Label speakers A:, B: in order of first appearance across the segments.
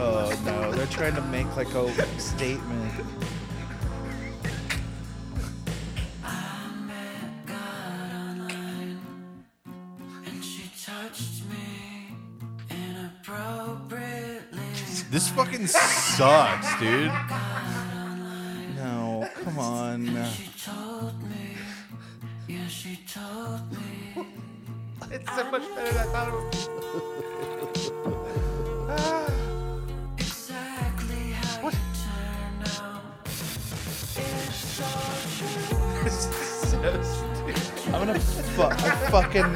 A: Oh, Oh, trying to make like a statement.
B: This fucking sucks, dude.
A: No, come on.
C: It's so much better than I thought it would be.
A: I'm gonna fuck. I fucking.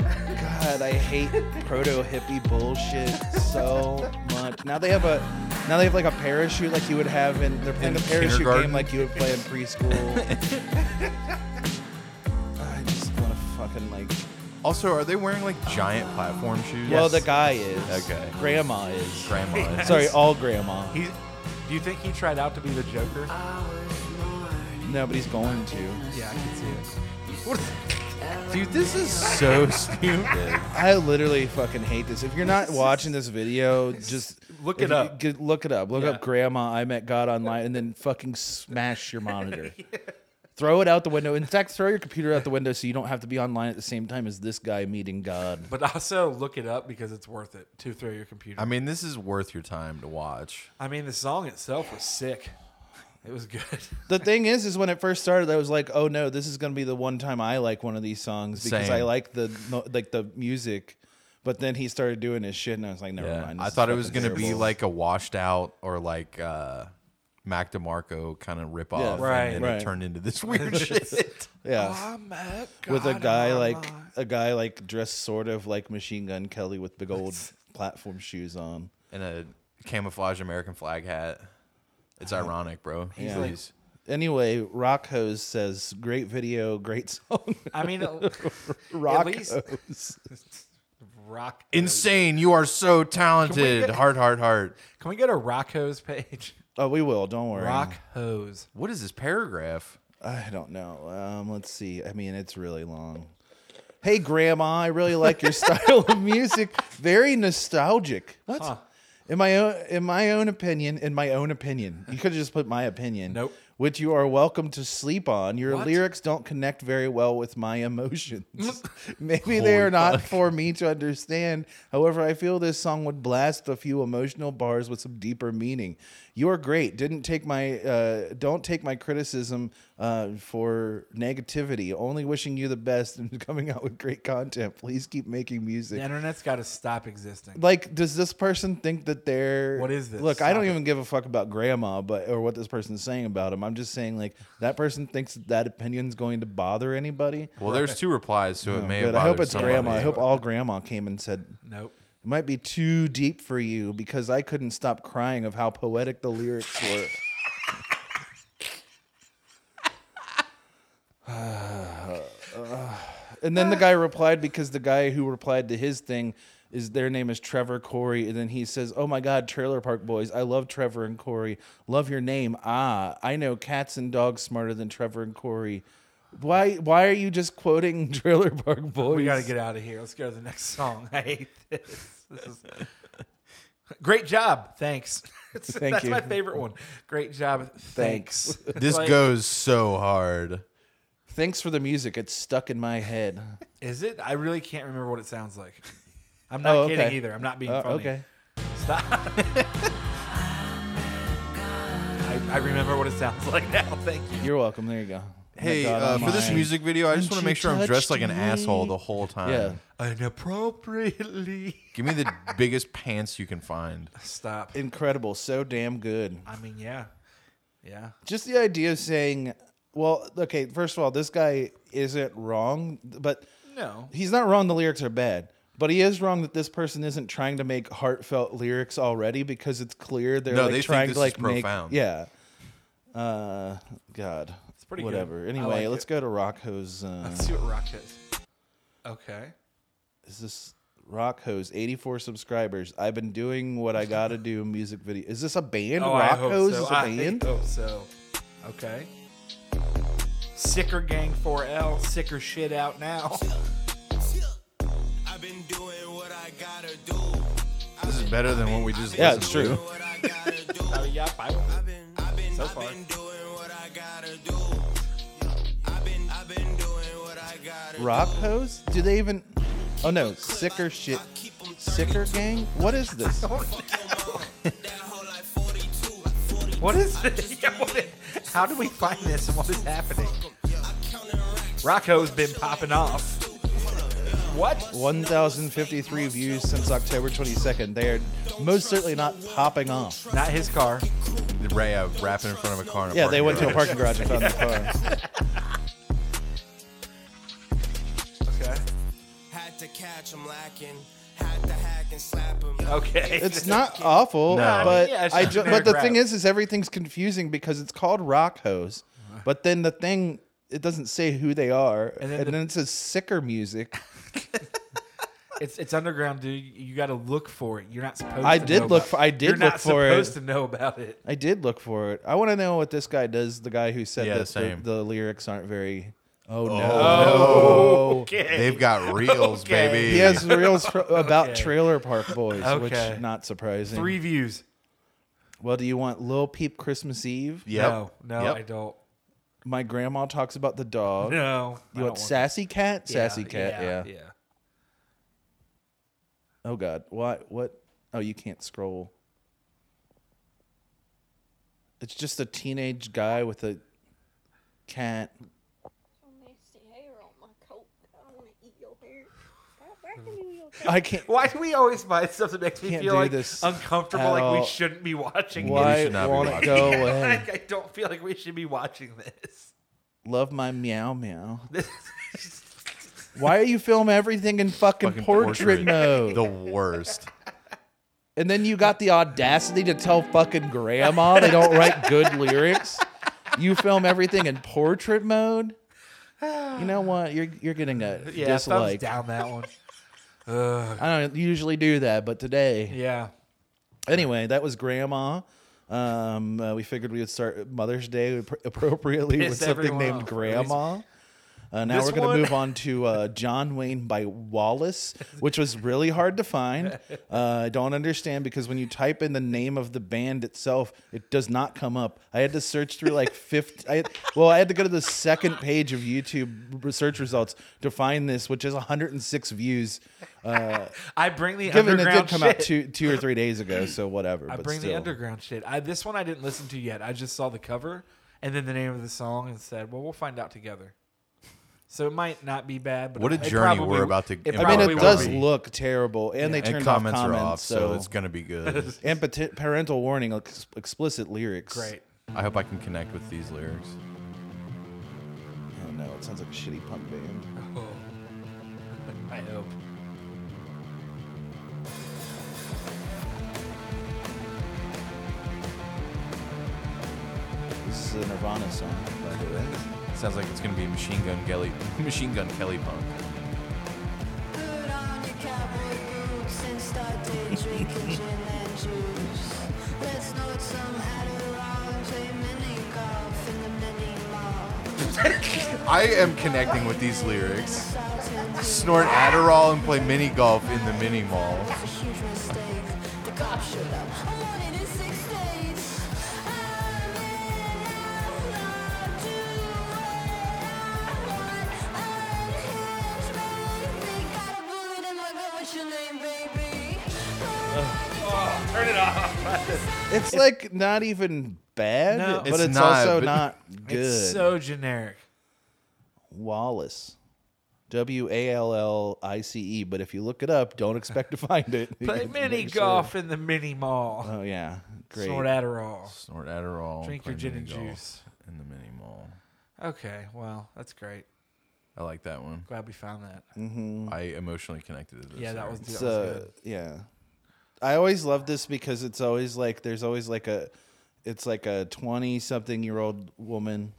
A: God, I hate proto hippie bullshit so much. Now they have a. Now they have like a parachute, like you would have in. They're playing
B: In
A: a parachute
B: kindergarten?
A: game, like you would play in preschool. I just want to fucking like.
B: Also, are they wearing like giant platform shoes?
A: Well, the guy is.
B: Okay.
A: Grandma is.
B: Grandma. is.
A: Sorry, all grandma.
C: He, do you think he tried out to be the Joker?
A: No, but he's going to.
C: Yeah, I can see it.
B: Dude, this is so stupid.
A: I literally fucking hate this. If you're not watching this video, just
C: Look
A: if
C: it
A: you
C: up.
A: could look it up. Look
C: Yeah.
A: up Grandma I Met God Online and then fucking smash your monitor. Throw it out the window. In fact, throw your computer out the window so you don't have to be online at the same time as this guy meeting God.
C: But also look it up because it's worth it to throw your computer.
B: I mean, this is worth your time to watch.
C: I mean, the song itself was sick. It was good.
A: The thing is, is when it first started, I was like, oh no, this is gonna be the one time I like one of these songs because
B: Same.
A: I like the mo- like the music. But then he started doing his shit, and I was like, never mind.
B: I
A: this is
B: thought it was
A: fucking
B: gonna be
A: terrible.
B: like a washed out or like uh Mac DeMarco kind of rip off,
C: Right.
B: And then
A: Right.
B: it turned into this weird shit.
A: yeah.
C: I'm at
A: with a
C: God
A: guy like
C: online.
A: a guy like dressed sort of like Machine Gun Kelly with big old platform shoes on.
B: and a camouflage American flag hat. It's ironic, bro.
A: Yeah. Anyway, Rock Hose says, "Great video, great song."
C: I mean, at-
A: Rock
C: least-
A: Hose.
C: rock.
B: insane. You are so talented. Heart, heart, heart.
C: Can we go to Rock Hose page?
A: Oh, we will. Don't worry.
C: Rock Hose.
B: What is this paragraph?
A: I don't know. Um, let's see. I mean, it's really long. Hey, Grandma, I really like your style of music. Very nostalgic. What? In my own, in my own opinion, in my own opinion, you could have just put my opinion.
C: Nope.
A: Which you are welcome to sleep on. Your
C: What?
A: lyrics don't connect very well with my emotions. Maybe they are not for me to understand. However, I feel this song would blast a few emotional bars with some deeper meaning. You are great. Didn't take my uh, don't take my criticism uh, for negativity. Only wishing you the best and coming out with great content. Please keep making music
C: The internet's got to stop existing.
A: like does this person think that they're
C: What is this?
A: look i
C: Stop
A: don't
C: it.
A: even give a fuck about grandma but or what this person's saying about him i'm just saying like that person thinks that, that opinion's going to bother anybody
B: Well, there's two replies, so it may have
A: Good. i hope
B: bothered
A: it's
B: somebody.
A: grandma i hope all grandma came and said
C: Nope.
A: it might be too deep for you because i couldn't stop crying of how poetic the lyrics were and then the guy replied because the guy who replied to his thing is their name is Trevor Corey, and then he says, "Oh my God, Trailer Park Boys! I love Trevor and Corey. Love your name. Ah, I know cats and dogs smarter than Trevor and Corey. Why? Why are you just quoting Trailer Park Boys?
C: We got to get out of here. Let's go to the next song. I hate this. this is... Great job. Thanks. It's-
A: Thank
C: that's
A: you.
C: my favorite one. Great job. Thanks.
B: This
C: Like,
B: goes so hard.
A: Thanks for the music. It's stuck in my head.
C: Is it? I really can't remember what it sounds like. I'm not
A: Oh,
C: kidding
A: okay.
C: either. I'm not being
A: Uh,
C: funny.
A: okay.
C: Stop. I, I remember what it sounds like now. Thank you.
A: You're welcome. There you go. Oh My
B: Hey,
A: God,
B: uh,
A: I'm
B: for this
A: lying.
B: music uh, video, I just
A: And
B: want
A: she
B: to make sure I'm dressed
A: touched
B: like an
A: me.
B: asshole the whole time.
A: Yeah.
C: Inappropriately.
B: Give me the biggest pants you can find.
C: Stop.
A: incredible, so damn good.
C: I mean, yeah. Yeah.
A: Just the idea of saying, well, okay, first of all, this guy isn't wrong, but
C: No.
A: he's not wrong. The lyrics are bad, but he is wrong that this person isn't trying to make heartfelt lyrics already because it's clear they're
B: No,
A: like
B: they think
A: trying
B: this
A: to
B: is
A: like make
B: profound.
A: yeah. Uh, God, it's
C: pretty good.
A: whatever.
C: I
A: Anyway,
C: like
A: let's
C: it.
A: go to Rock Hose. Uh,
C: Let's see what Rock is. Okay.
A: is this Rock Hose? Eighty four subscribers. I've been doing what I gotta do. Music video. Is this a band? Rock Hose is a
C: Oh, I
A: band.
C: hope so. Okay. Sicker Gang 4L, sicker shit out now.
D: I've been doing what I gotta do.
B: This is better than what we just
A: Yeah,
B: listened
A: it's true.
C: Oh, yeah, I will. So far.
A: Rock hose? Do they even? Oh no, sicker shit. Sicker gang? What is this?
C: What is this? Yeah, what is- How do we find this and what is happening? Rocco's been popping off. What?
A: 1,053 views since October 22nd. They are most certainly not popping off.
C: Not his car.
B: to. Ray uh, rapping in front of a car. in a
A: Yeah, they
B: parking
A: went to a
B: garage.
A: parking garage and found the car.
C: Okay.
D: Had to catch him lacking. Had to hack and slap him.
C: Okay.
A: It's not awful,
B: No.
A: but
C: Yeah, it's
A: I
C: just
A: ju-
C: generic
A: but the
C: rap.
A: thing is, is everything's confusing because it's called rock hose, but then the thing it doesn't say who they are, and
C: And
A: then,
C: then the-
A: it says sicker music.
C: It's it's underground, dude. You got to look for it. You're not supposed.
A: I
C: to
A: did
C: know
A: look
C: about-
A: for- I did
C: You're
A: look
C: not
A: for it.
C: supposed to know about it.
A: I did look for it. I want to know what this guy does. The guy who said
B: Yeah,
A: that the,
B: same.
A: the lyrics aren't very. Oh, no.
C: Okay.
B: They've got reels,
C: Okay.
B: baby.
A: He has reels fr- about
C: Okay.
A: Trailer Park Boys,
C: Okay.
A: which not surprising.
C: Three views.
A: Well, do you want Lil Peep Christmas Eve?
B: Yep.
C: No, no,
B: Yep.
C: I don't.
A: My grandma talks about the dog.
C: No, I
A: You
C: don't
A: want Sassy Cat? Sassy Cat, yeah.
C: yeah.
A: Oh God, why? What? Oh, you can't scroll. It's just a teenage guy with a cat.
E: nasty hair on my coat. I want to eat your hair. Stop whacking me, your
A: I can't.
C: Why do we always find stuff that makes me
A: Can't
C: feel
A: do
C: like
A: this
C: uncomfortable?
A: at
C: Like
A: all.
C: we shouldn't be watching.
A: Why
B: should not be
A: won't it
B: watching.
A: go
C: This.
A: away?
C: like I don't feel like we should be watching this.
A: Love my meow meow.
C: This-
A: Why do you film everything in fucking,
B: Fucking
A: portrait,
B: portrait.
A: mode?
B: The worst.
A: And then you got the audacity to tell fucking grandma they don't write good lyrics. You film everything in portrait mode. You know what? You're you're getting a
C: yeah, thumbs
A: dislike.
C: down that one.
A: I don't usually do that, but today.
C: Yeah.
A: Anyway, that was grandma. Um, uh, we figured we would start Mother's Day appro- appropriately
C: Piss
A: with something
C: everyone
A: named
C: off.
A: Grandma. Uh, now
C: This
A: we're going
C: one-
A: to move on to uh, John Wayne by Wallace, which was really hard to find. Uh, I don't understand because when you type in the name of the band itself, it does not come up. I had to search through like 50. I, well, I had to go to the second page of YouTube search results to find this, which is 106 views. Uh,
C: I bring the
A: given it did
C: underground
A: come
C: shit.
A: out two, two or three days ago, so whatever.
C: I
A: but
C: bring the
A: still.
C: underground shit. I, this one I didn't listen to yet. I just saw the cover and then the name of the song and said, "Well, we'll find out together." So it might not be bad, but
B: What a
C: it
B: journey
C: probably-
B: we're about to-
C: It
B: I
A: I mean,
C: probably
A: it
C: will
A: does
C: be.
A: look terrible, and they
B: And
A: turned
B: comments
A: off
B: are
A: comments,
B: off, so,
A: so,
B: it's gonna be good.
A: and pati- parental warning, ex- explicit lyrics.
C: great.
B: I hope I can connect with these lyrics.
A: Oh no, it sounds like a shitty punk band.
C: Oh. I hope.
A: This is a Nirvana song, by the way.
B: Sounds like it's gonna be Machine Gun Kelly, Machine Gun Kelly punk.
F: Put on your cowboy boots and started drinking gin and juice. Let's note some Adderall, play mini golf in the mini mall.
B: I am connecting with these lyrics.
F: Salt and
B: Snort Adderall and play mini golf in the mini mall.
F: That's a huge mistake. The cop showed up. I'm wanted in six states. I'm in love. Do what I want. Unhinged, baby. Got a bullet in my gun. What's your name, baby?
A: It's like not even bad,
C: No.
A: but
B: It's
A: it's,
B: not,
A: also
B: but-
A: not good.
C: It's so generic.
A: Wallace. W A L L I C E, but if you look it up, don't expect to find it. You
C: Play
A: can
C: mini
A: make sure.
C: golf in the mini mall.
A: Oh yeah, great.
C: Snort Adderall.
B: Snort Adderall.
C: Drink
B: play
C: your gin
B: mini
C: and
B: golf
C: juice.
B: in the mini mall.
C: Okay, well, that's great.
B: I like that one.
C: Glad we found that.
B: I emotionally connected to this.
C: Yeah, that was,
B: lyric.
C: that was
A: It's, uh,
C: good.
A: yeah. I always love this because it's always like there's always like a it's like a 20 something year old woman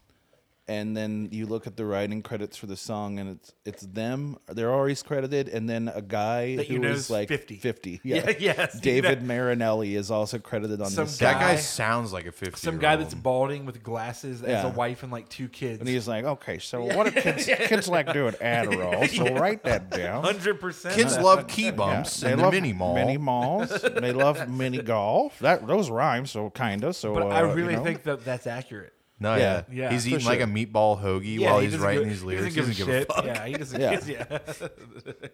A: and then you look at the writing credits for the song, and it's it's them. They're always credited, and then a guy
C: That
A: who
C: you
A: is
C: know is
A: like
C: 50.
A: Yeah,
C: Yeah, yes, you
A: David
C: know.
A: Marinelli is also credited on
C: Some
A: this.
B: That
A: song.
B: guy
C: Guy-
B: sounds like a 50
C: Some guy that's balding with glasses as
A: Yeah.
C: a wife and like two kids.
A: And he's like, okay, so what do kids kids like doing Adderall? So write that down.
C: hundred percent.
B: Kids love key bumps
A: they
B: and the
A: love
B: mini mall.
A: Mini malls. they love mini golf. That those rhyme, so kinda. So
C: but
A: uh,
C: I really
A: you know.
C: think that that's accurate.
B: no,
A: Yeah.
B: yeah.
C: Yeah,
B: He's
C: for
B: eating like a
A: sure.
B: meatball hoagie while
C: he
B: he's
C: doesn't
B: write
C: give-
B: these lyrics.
C: He doesn't give, a, shit.
B: fuck.
C: Yeah, he doesn't.
A: Yeah.
C: Yeah.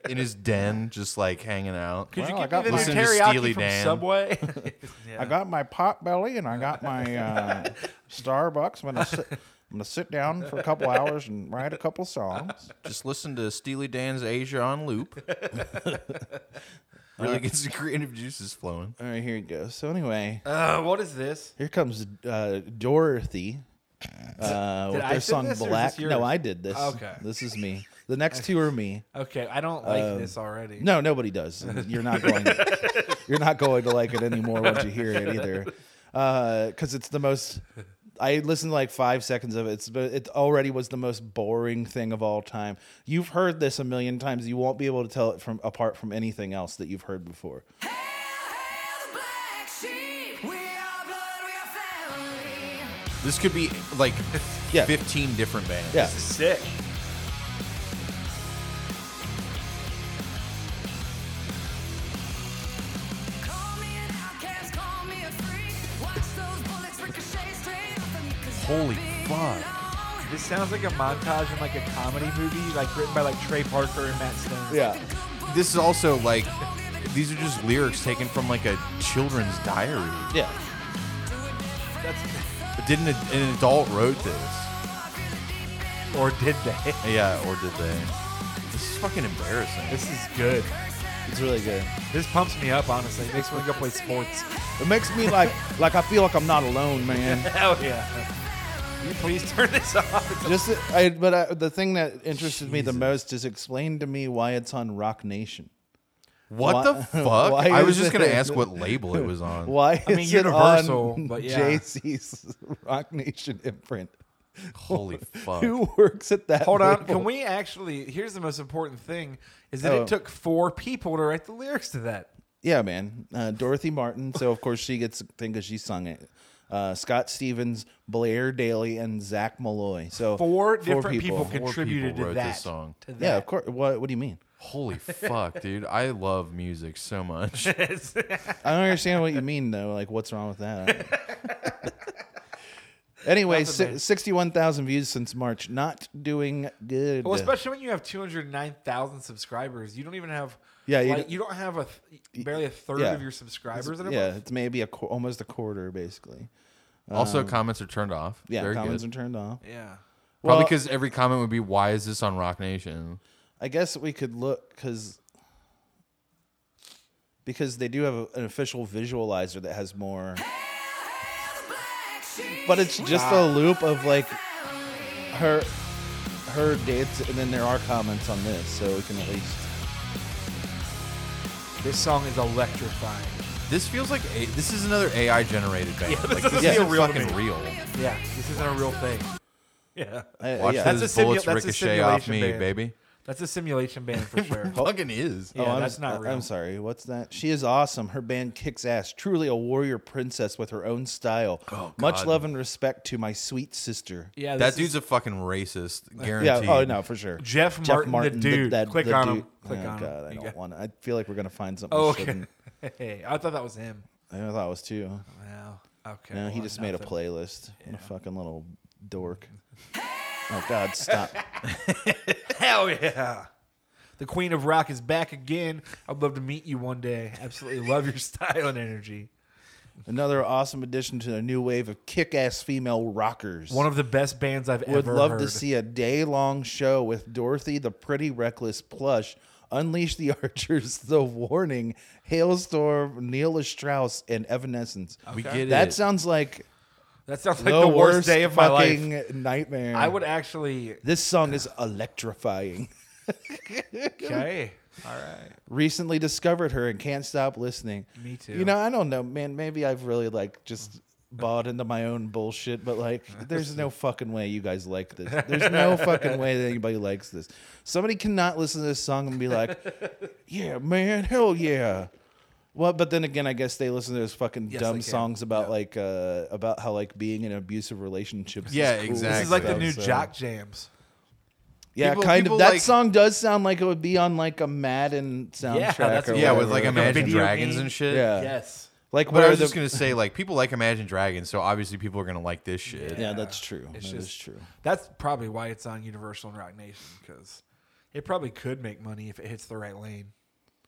B: In his den, just like hanging out.
C: Could
A: Well, I
C: you
A: got
C: give me the new
B: mine. Listen to Steely
C: teriyaki from
B: Dan.
C: Subway?
A: I got my pot belly and I got my uh, Starbucks. I'm gonna sit, I'm gonna sit down for a couple hours and write a couple songs.
B: Just listen to Steely Dan's Asia on loop.
C: Uh,
B: really gets the creative juices flowing.
A: All right, here you go. So anyway,
C: uh, what is this?
A: here comes uh, Dorothy uh, with
C: I
A: their
C: send
A: song
C: this or is
A: Black.
C: this yours?
A: No, I did this.
C: Okay.
A: this is me. The next two are me.
C: Okay, I don't like this already.
A: No, nobody does. You're not going. you're not going to like it anymore once you hear it either, because it's the most. I listened to like five seconds of it, it's- but it already was the most boring thing of all time. You've heard this a million times. You won't be able to tell it from apart from anything else that you've heard before.
B: This could be like
A: Yeah.
B: 15 different bands.
A: Yeah,
C: This is sick.
B: Holy fuck.
C: This sounds like a montage in like a comedy movie, like written by like Trey Parker and Matt Stone.
A: yeah,
B: This is also like, these are just lyrics taken from like a children's diary.
A: yeah.
B: But didn't a, an adult wrote this?
C: Or did they?
B: Yeah, or did they? This is fucking embarrassing.
C: This is good.
A: It's really good.
C: This pumps me up, honestly. Makes me want to go play sports.
A: It makes me like like I feel like I'm not alone, man.
C: Hell yeah. Will you please turn this off?
A: Just I, but I, the thing that interested me the most is explain to me why it's on Rock Nation.
B: What
A: Why-
B: the fuck?
A: why
B: I was
A: is
B: just gonna
A: it-
B: ask what label it was on.
A: Why is
C: I mean,
A: it
C: Universal,
A: on
C: but yeah.
A: JC's Rock Nation imprint?
B: Holy fuck!
A: Who works at that?
C: Hold on.
A: label?
C: Can we actually? Here's the most important thing: is that
A: Oh.
C: it took four people to write the lyrics to that.
A: Yeah, man. Uh, Dorothy Martin. So of course she gets a thing because she sung it. Uh, Scott Stevens, Blair Daly, and Zach Malloy. So
C: Four, different people,
B: people
C: contributed
B: wrote
C: to
B: this
C: that
B: song.
C: To that.
A: Yeah, of course. What What do you mean?
B: Holy fuck, dude! I love music so much.
A: Um, I don't understand what you mean though. Like, what's wrong with that? anyway, si- sixty-one thousand views since March. Not doing good.
C: Well, especially when you have 209,000 subscribers, you don't even have
A: Yeah, you
C: you, like,
A: don't-
C: you don't have a th- barely a third
A: yeah.
C: of your subscribers in a
A: yeah,
C: month.
A: it's maybe a qu- almost a quarter, basically.
B: also, comments are turned off.
A: Yeah,
B: Very
A: comments
B: good.
A: are turned off.
C: Yeah.
B: Probably
A: well-
B: because every comment would be, "Why is this on Rock Nation?"
A: I guess we could look because because they do have a, an official visualizer that has more. But it's just a loop of like her her dates, and then there are comments on this, so we can at least.
C: This song is electrifying.
B: This feels like a- this is another AI generated band. like this
A: yeah.
B: is
A: feel
C: real to
B: fucking
C: me.
B: real.
C: Yeah, this isn't a real thing. Yeah.
A: I,
B: Watch
A: yeah.
C: That's
B: those
C: a simu-
B: bullets
C: that's a
B: ricochet off me,
C: simulation band.
B: baby.
C: That's a simulation band for sure.
B: Fucking is.
A: Oh,
C: yeah,
A: I'm,
C: that's not
A: I-
C: real.
A: I'm sorry. What's that? She is awesome. Her band kicks ass. Truly a warrior princess with her own style.
B: Oh,
A: Much
B: God.
A: love and respect to my sweet sister.
C: Yeah,
B: that
C: this
B: dude's
C: is
B: a fucking racist,
A: Yeah.
B: guaranteed.
A: Oh no, for sure.
C: Jeff Martin, the dude. Click on him. Click
A: oh
C: on him.
A: God, I
C: You
A: don't
C: got-
A: want. to. I feel like we're gonna find something.
C: Oh,
A: we
C: okay.
A: shouldn't.
C: Hey, I thought that was him.
A: I thought it was two.
C: Wow. Okay.
A: No, he
C: well,
A: just made a
C: nothing.
A: playlist. What a fucking little dork. Oh God, stop.
C: Hell yeah. The Queen of Rock is back again. I'd love to meet you one day. Absolutely love your style and energy.
A: Another awesome addition to the new wave of kick-ass female rockers.
C: One of the best bands I've
A: Would
C: ever
A: love
C: heard.
A: to see a day-long show with Dorothy the Pretty Reckless Plush, Unleash the Archers, The Warning, Hailstorm, Neil Strauss, and Evanescence.
C: Oh,
B: We get
A: That
B: it.
A: sounds like
C: That sounds like the, worst, day of my
A: fucking
C: life.
A: nightmare.
C: I would actually.
A: This song is electrifying.
C: Okay. All right.
A: Recently discovered her and can't stop listening.
C: Me too.
A: You know, I don't know, man. Maybe I've really like just bought into my own bullshit, but like, there's no fucking way you guys like this. There's no fucking way that anybody likes this. Somebody cannot listen to this song and be like, yeah, man, hell yeah. Well, but then again, I guess they listen to those fucking
C: Yes, they
A: dumb
C: can.
A: songs about like uh, about how like being in abusive relationships.
B: Yeah,
A: is cool.
B: exactly.
C: This is like the new
A: So-
C: jock jams.
A: Yeah,
B: People-
A: kind
B: people
A: of. That
B: like-
A: song does sound like it would be on like a Madden soundtrack.
C: that's-
A: or
B: Yeah, with
A: whatever.
C: Like
B: like
C: a
B: Imagine
C: video
B: Dragons
C: game.
B: and shit.
A: Yeah.
C: Yes.
A: like
B: But I
A: where
B: was
A: the,
B: just gonna say, like, people like Imagine Dragons, so obviously people are gonna like this shit.
A: Yeah, that's true. That
C: It's
A: is
C: just
A: true.
C: That's probably why it's on Universal and Rock Nation because it probably could make money if it hits the right lane.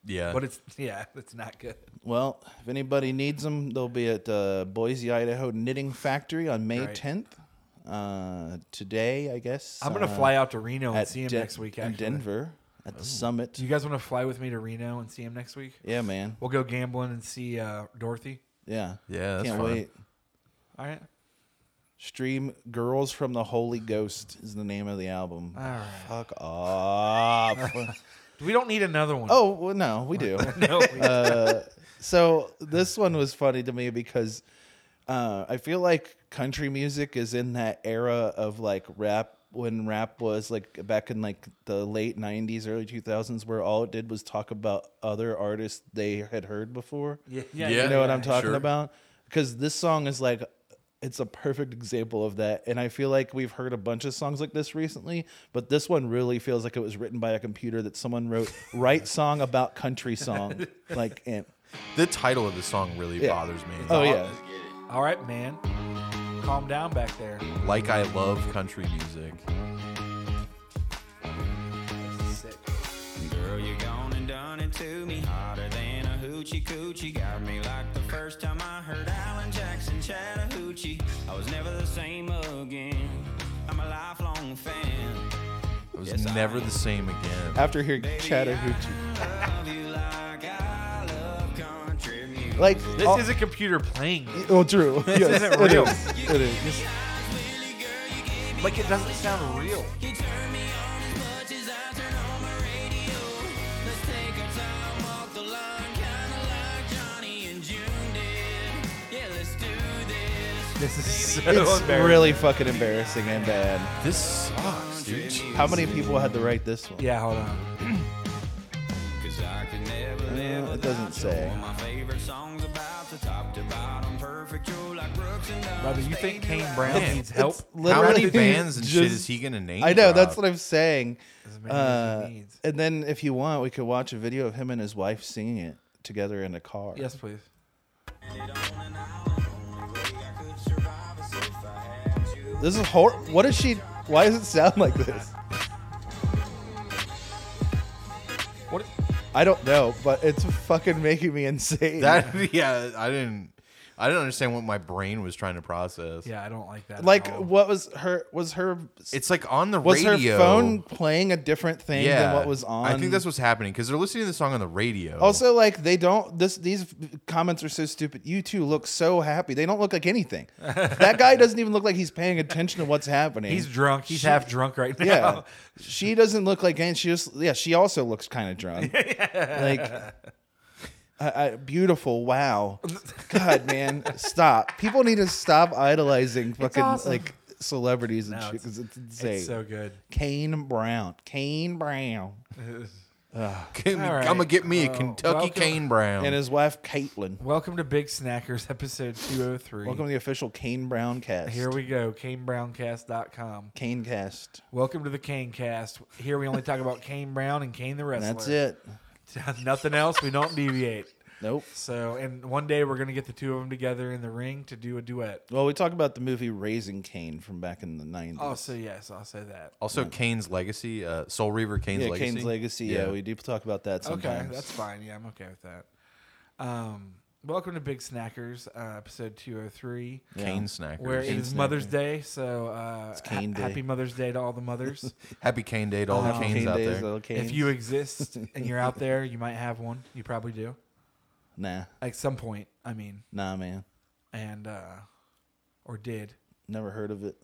B: Yeah.
C: But it's yeah, it's not good.
A: Well, if anybody needs them, they'll be at uh, Boise, Idaho Knitting Factory on May
C: Right.
A: 10th. Uh, today, I guess.
C: I'm gonna
A: uh,
C: fly out to Reno and
A: at
C: see him
A: Den-
C: next week.
A: in
C: Actually,
A: Denver at the summit.
C: Do you guys want to fly with me to Reno and see him next week?
A: Yeah, man.
C: We'll go gambling and see uh, Dorothy.
A: Yeah.
B: Yeah, that's
A: Can't
B: fun.
A: wait.
C: All right.
A: Stream Girls from the Holy Ghost is the name of the album.
C: All right.
A: Fuck off.
C: We don't need another one.
A: oh, well, no, we do.
C: no. we-
A: Uh, so this one was funny to me because uh, I feel like country music is in that era of like rap when rap was like back in like the late 90s early 2000s where all it did was talk about other artists they had heard before
C: yeah.
B: Yeah.
A: you know what i'm talking
B: sure.
A: about because this song is like it's a perfect example of that and i feel like we've heard a bunch of songs like this recently but this one really feels like it was written by a computer that someone wrote write song about country song like and
B: the title of the song really
A: Yeah.
B: bothers me.
A: Oh yeah,
C: All right, man. Calm down back there.
B: Like I love country music.
C: Sick.
G: Girl, you gone and done it to me. Hotter than a hoochie coochie. Got me like the first time I heard Alan Jackson Chattahoochee. I was never the same again. I'm a lifelong fan.
B: It was
G: Yes, I
B: never the same again.
A: after hearing Chattahoochee,
G: Love you like I love country music.
A: like
C: This
A: all-
C: is a computer playing. it.
A: oh true, yes,
C: isn't
A: Oh. it
C: real.
A: is. It is.
C: Like it doesn't sound real. This is so
A: It's
C: embarrassing.
A: really fucking embarrassing and bad.
B: This sucks, dude.
A: How many people had to write this one?
C: Yeah, hold on.
G: Cause I could never live
A: Uh, it doesn't say.
G: All my favorite songs about the top to bottom. Perfect, you like Brooks and Dunn.
C: Brother, you think Kane Brown
B: Man,
C: needs
B: it's
C: help?
A: It's
B: How
A: literally
B: many bands and shit
A: just-
B: is he gonna name?
A: I know that's
B: drop?
A: what I'm saying.
C: As many as
A: Uh,
C: he needs.
A: and then if you want, we could watch a video of him and his wife singing it together in a car.
C: Yes, please.
A: This is hor. What is she? Why does it sound like this?
C: What?
A: I don't know, but it's fucking making me insane.
B: That yeah, I didn't. I didn't understand what my brain was trying to process.
C: Yeah, I don't like that. at
A: like,
C: all.
A: what was her? Was her?
B: It's like on the
A: was
B: radio.
A: her phone playing a different thing than what was on?
B: I think that's what's happening because they're listening to the song on the radio.
A: Also, like they don't. This these comments are so stupid. You two look so happy. They don't look like anything. that guy doesn't even look like he's paying attention to what's happening.
C: He's drunk. He's half drunk right now.
A: yeah. she doesn't look like any. She just yeah. She also looks kind of drunk. Like. I, I, beautiful, wow, God, man, stop! People need to stop idolizing fucking
C: awesome.
A: like celebrities and
C: No,
A: shit
C: it's-
A: 'cause it's insane.
C: It's so good.
A: Kane Brown, Kane Brown,
B: I'm
C: All right.
B: gonna get me a
C: Well,
B: Kentucky
C: welcome-
B: Cane Brown.
A: and
C: Um,
A: his wife Caitlin.
C: Welcome to Big Snackers, episode 203.
A: Welcome to the official Kane Brown cast.
C: Here we go, canebrown.cast.com.
A: Kane cast.
C: Welcome to the Kane Cast. Here we only talk about Kane Brown and Kane the Wrestler.
A: That's it.
C: Nothing else. We don't deviate.
A: Nope.
C: So, and one day we're gonna get the two of them together in the ring to do a duet.
A: Well, we talk about the movie Raising Kane from back in the 90s.
C: I'll say Oh, yes. I'll say that.
B: also, Kane's legacy, uh, Soul Reaver Kane's
A: yeah,
B: legacy.
A: Kane's Legacy. Yeah. we do talk about that sometimes.
C: Okay, that's fine. Yeah, I'm okay with that. Um, welcome to Big Snackers, uh, episode 203.
B: Kane Snackers.
C: Where it
A: Kane
C: is Mother's
A: Snackers.
C: Day, so uh, ha-
A: Kane Day.
C: happy Mother's Day to all the mothers.
B: Happy Cane Day to all the
A: Oh, Kane
B: Canes
A: Days,
B: out there.
A: little
C: if
A: Kanes.
C: you exist and you're out there, you might have one. You probably do.
A: nah,
C: At some point, I mean,
A: nah, man,
C: and uh, or did
A: never heard of it.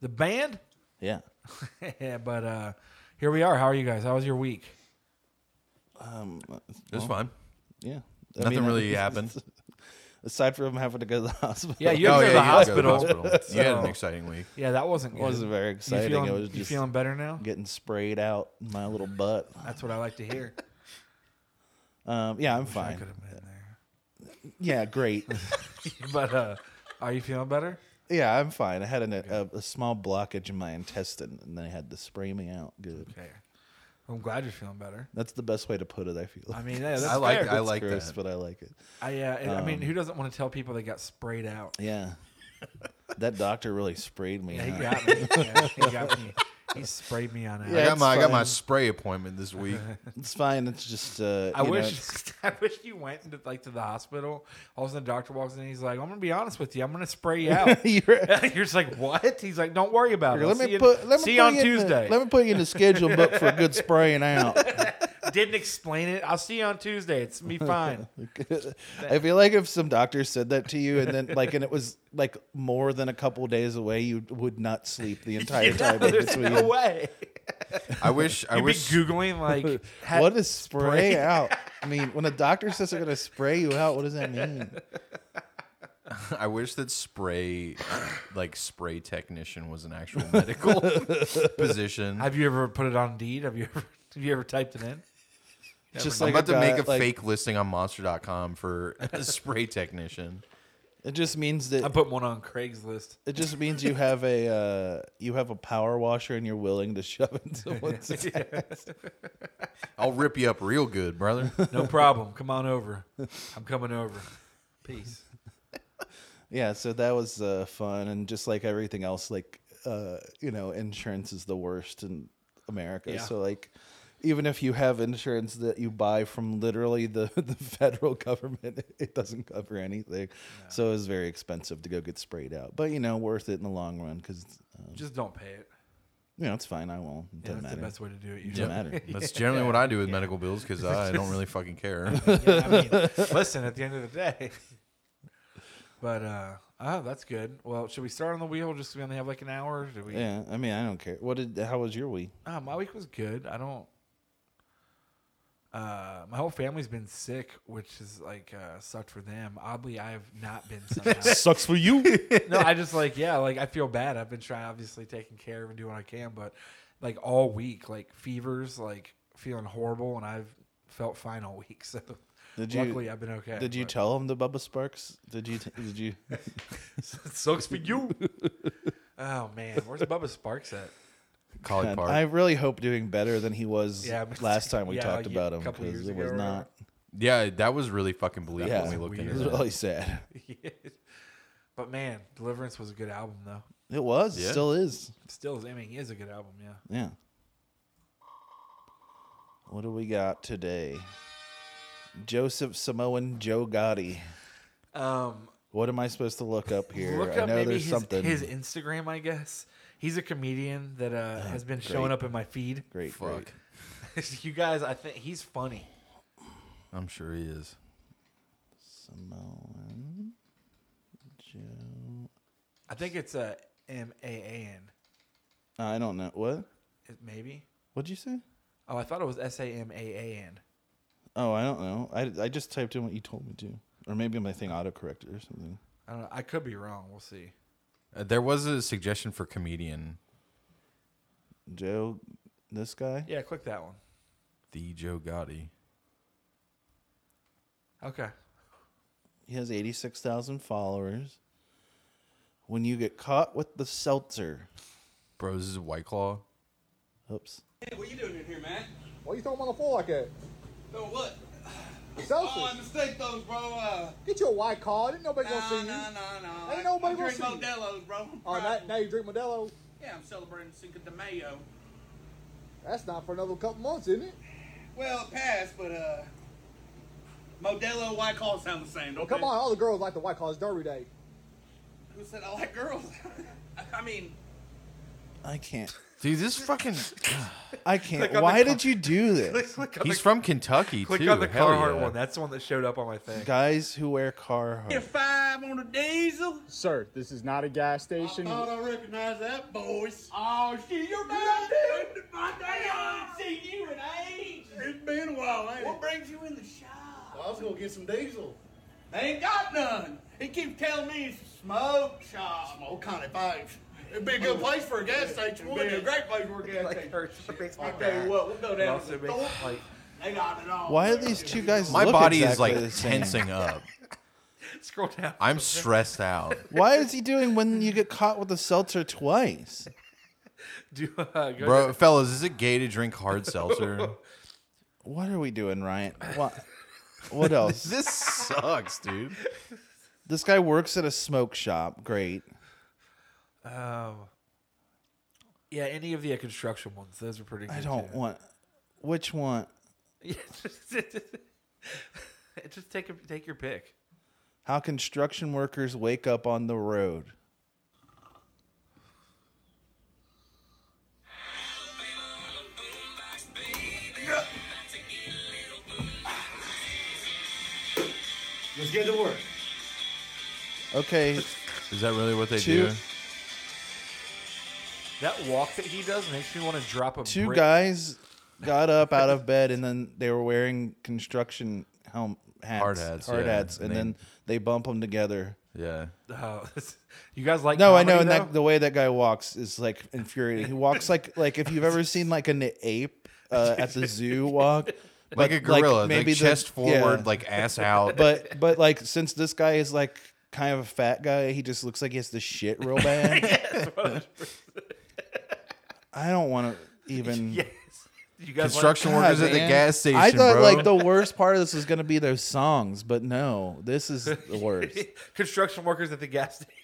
C: the band?
A: Yeah,
C: but uh, here we are. How are you guys? How was your week?
A: um,
B: It was fun.
A: yeah. I
B: Nothing
A: Um, mean,
B: really happened.
A: aside from having to go to the hospital.
C: Yeah, you had
B: Oh,
C: to go to the
B: yeah, you had to go to the
C: hospital.
B: hospital. You had an
C: So-
B: exciting week.
C: Yeah, that wasn't good.
A: wasn't very exciting.
C: You feeling,
A: It was
C: you
A: just-
C: feeling better now?
A: getting sprayed out in my little butt.
C: That's what I like to hear.
A: Um, yeah, I'm
C: I
A: fine.
C: could have been there.
A: Yeah, great.
C: But uh, are you feeling better?
A: yeah, I'm fine. I had an, a, a small blockage in my intestine, and they had to spray me out. Good.
C: Okay. I'm glad you're feeling better.
A: That's the best way to put it. I Um, feel.
C: I mean, yeah, that's
B: I like
C: fair.
B: I like
A: gross,
B: that.
A: but I like it.
C: I, uh, it- I mean, who doesn't want to tell people they got sprayed out?
A: Yeah. that doctor really sprayed me.
C: Yeah, he
A: huh?
C: got me. Yeah, he got me. He sprayed me on out.
A: Yeah.
B: I got
A: it's
B: my I got my
A: fine.
B: spray appointment this week.
A: It's fine. It's just. Uh,
C: I
A: you know,
C: wish
A: it's-
C: I wish you went into like to the hospital. All of a sudden, the doctor walks in. and He's like, "I'm gonna be honest with you. I'm gonna spray you out."
A: You're-
C: You're just like, "What?" He's like, "Don't worry about it.
A: Let
C: I'll
A: me
C: see
A: put.
C: You,
A: Let me
C: see
A: put
C: you on
A: you in the-
C: Tuesday."
A: let me put you in the schedule book for a good spraying out.
C: Didn't explain it. I'll see you on Tuesday. It's me fine.
A: I feel like if some doctor said that to you, and then like, and it was like more than a couple days away, you would not sleep the entire time in
C: There's
A: between.
C: no way.
B: I wish I
C: You'd be
B: wish
C: googling like, ha-
A: what does spray out? I mean, when a doctor says they're gonna spray you out, what does that mean?
B: I wish that spray like spray technician was an actual medical position.
C: Have you ever put it on Indeed? Have you ever? Have you ever typed it in?
A: Just
B: I'm
A: like
B: about to
A: guy-
B: make a
A: like,
B: fake listing on monster.com for a spray technician.
A: It just means that
C: I put one on Craigslist.
A: it just means you have a uh, you have a power washer and you're willing to shove it. in someone's
B: I'll rip you up real good, brother.
C: No problem. Come on over. I'm coming over. Peace.
A: Yeah, so that was uh, fun, and just like everything else, like uh, you know, insurance is the worst in America.
C: Yeah.
A: So like, even if you have insurance that you buy from literally the the federal government, it doesn't cover anything. So it was very expensive to go get sprayed out, but you know, worth it in the long run because um,
C: Just don't pay it.
A: you know it's fine. I won't. It
C: Yeah,
A: doesn't
C: that's the
A: matter.
C: best way to do it.
A: Doesn't
C: Usually.
A: matter.
B: That's generally what I do with medical bills because I don't really fucking care.
C: Yeah, I mean, listen, at the end of the day. But uh, oh, that's good. Well, should we start on the wheel? Just we only have like an hour. Do we?
A: Yeah, I mean, I don't care. What did? How was your week?
C: Uh, my week was good. I don't. Uh, my whole family's been sick, which is like uh, sucked for them. Oddly, I have not been. Somehow.
A: Sucks for you.
C: no, I just like yeah, like I feel bad. I've been trying obviously taking care of and doing what I can, but like all week, like fevers, like feeling horrible, and I've felt fine all week. So
A: Did you-
C: luckily, I've been okay.
A: did you
C: but-
A: tell him the Bubba Sparks? Did you? T- did you?
C: Sucks for you. oh man, where's Bubba Sparks at?
B: Collie
A: And
B: Park.
A: I really hope doing better than he was
C: Yeah, but-
A: last time we
C: yeah,
A: talked
C: a ye-
A: about him
C: couple years
A: because it
C: ago
A: was
C: or
A: not.
B: yeah, that was really fucking believable
A: Yeah,
B: when we looked
A: it
B: into
A: was
B: that.
A: really sad.
C: but man, Deliverance was a good album though.
A: It was,
B: Yeah.
A: still is.
C: Still, is- I mean, he is a good album. Yeah.
A: Yeah. What do we got today? Joseph Samoan Joe Gotti.
C: Um,
A: What am I supposed to look up here?
C: look
A: I
C: up
A: know
C: maybe
A: there's
C: his,
A: something.
C: his Instagram. I guess he's a comedian that uh, has been showing
A: great.
C: up in my feed.
A: great,
B: Fuck.
A: great.
C: you guys, I think he's funny.
B: I'm sure he is.
A: Samoan Joe.
C: I think it's a M A A N.
A: I don't know. What?
C: It- Maybe.
A: What'd you say?
C: Oh, I thought it was S A M A A N.
A: Oh, I don't know. I, I just typed in what you told me to. Or maybe my thing autocorrected or something.
C: I don't know. I could be wrong. We'll see.
B: Uh, there was a suggestion for comedian,
A: Joe, this guy?
C: Yeah, click that one.
B: the Joe Gotti.
C: Okay.
A: He has 86,000 followers. When you get caught with the seltzer.
B: Bro, this is White Claw.
A: Oops.
H: Hey, what you doing in here, man?
I: Why Oh, you throwing them on the floor like that?
H: No, what? Oh, I
I: Selfish.
H: mistake those, bro. Uh,
I: Get your white card. Ain't nobody gonna
H: nah,
I: see you.
H: nah, nah, nah.
I: Ain't nobody
H: I
I: gonna
H: drink
I: see you.
H: Modelo's, bro. I'm
I: Oh, now,
H: proud.
I: now you drink Modelo.
H: Yeah, I'm celebrating Cinco de Mayo.
I: That's not for another couple months, isn't it?
H: Well, it passed, but uh, Modelo White Claw sound the same. Don't
I: Well, come
H: they?
I: on, all the girls like the white card. It's Derby Day.
H: Who said I like girls? I mean,
A: I can't.
B: Dude, this fucking.
A: I can't.
C: on the
A: Why
C: com-
A: did you do this?
C: click
B: He's from Kentucky,
C: click
B: too.
C: on the
B: Hell
C: Carhartt
B: yeah.
C: one. That's the one that showed up on my thing.
A: Guys who wear
H: get a
A: Carhartt.
H: five on the diesel.
I: Sir, this is not a gas
H: I
I: station.
H: thought I recognized that voice. Oh, shit, you're back there. I haven't seen you in ages. It's been a while, ain't what it? What brings you in the shop? I was going to get some diesel. They ain't got none. He keeps telling me it's a smoke shop. Smoke kind of things. It'd be a good place for a gas station. It'd be a great place for a gas
C: Like
H: station.
C: hurts. It makes me
H: I tell
C: mad.
H: you what, we'll go
C: It
H: down to
C: also
H: the
C: makes
H: store.
C: like
H: They got it all.
A: Why are these two guys?
B: My
A: look
B: body
A: exactly the
B: is like
A: same?
B: tensing up.
C: scroll down.
B: I'm stressed out.
A: Why is he doing when you get caught with a seltzer twice?
C: Do uh, go
B: Bro, fellas, is it gay to drink hard seltzer?
A: What are we doing, Ryan? What? What else?
B: This sucks, dude.
A: This guy works at a smoke shop. Great.
C: Um, yeah, any of the uh, construction ones. Those are pretty good.
A: I don't want. Which one?
C: too. Just take a, take your pick.
A: How construction workers wake up on the road.
H: Let's get to work.
A: Okay,
B: Is that really what they
A: Two-
B: do?
C: That walk that he does makes me want to drop a
A: two
C: brick.
A: guys got up out of bed and then they were wearing construction helm hats,
B: Hard hats,
A: hard
B: yeah.
A: hats, and
B: And they-
A: then they bump them together.
B: Yeah.
C: Oh, this- you guys like?
A: No, I
C: comedy,
A: know, and that,
C: though?
A: the way that guy walks is like infuriating. He walks like like if you've ever seen like an ape uh, at the zoo walk,
B: Like
A: but,
B: a gorilla, like,
A: maybe the-
B: chest forward,
A: yeah.
B: like ass out.
A: but but like since this guy is like kind of a fat guy, he just looks like he has to shit real bad. I don't want to even.
C: yes. You guys
B: construction
A: God,
B: workers at the
A: man.
B: gas station,
A: I thought
B: bro.
A: like the worst part of this was gonna be those songs, but no, this is the worst.
C: Like, construction workers at the gas station.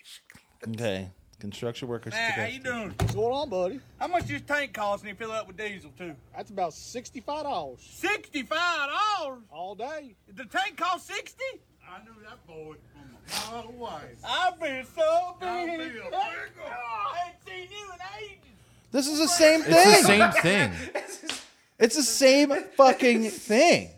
A: Okay, construction workers.
H: Man, how
A: together.
H: you doing?
I: What's going on, buddy?
H: How much this tank cost me to fill up with diesel too?
I: That's about sixty-five dollars
H: Sixty-five dollars.
I: all day.
H: The tank cost sixty. I knew that boy from a mile away. I feel so big. I haven't seen you in ages.
A: This is the same thing.
B: it's the same thing.
A: It's the same fucking thing.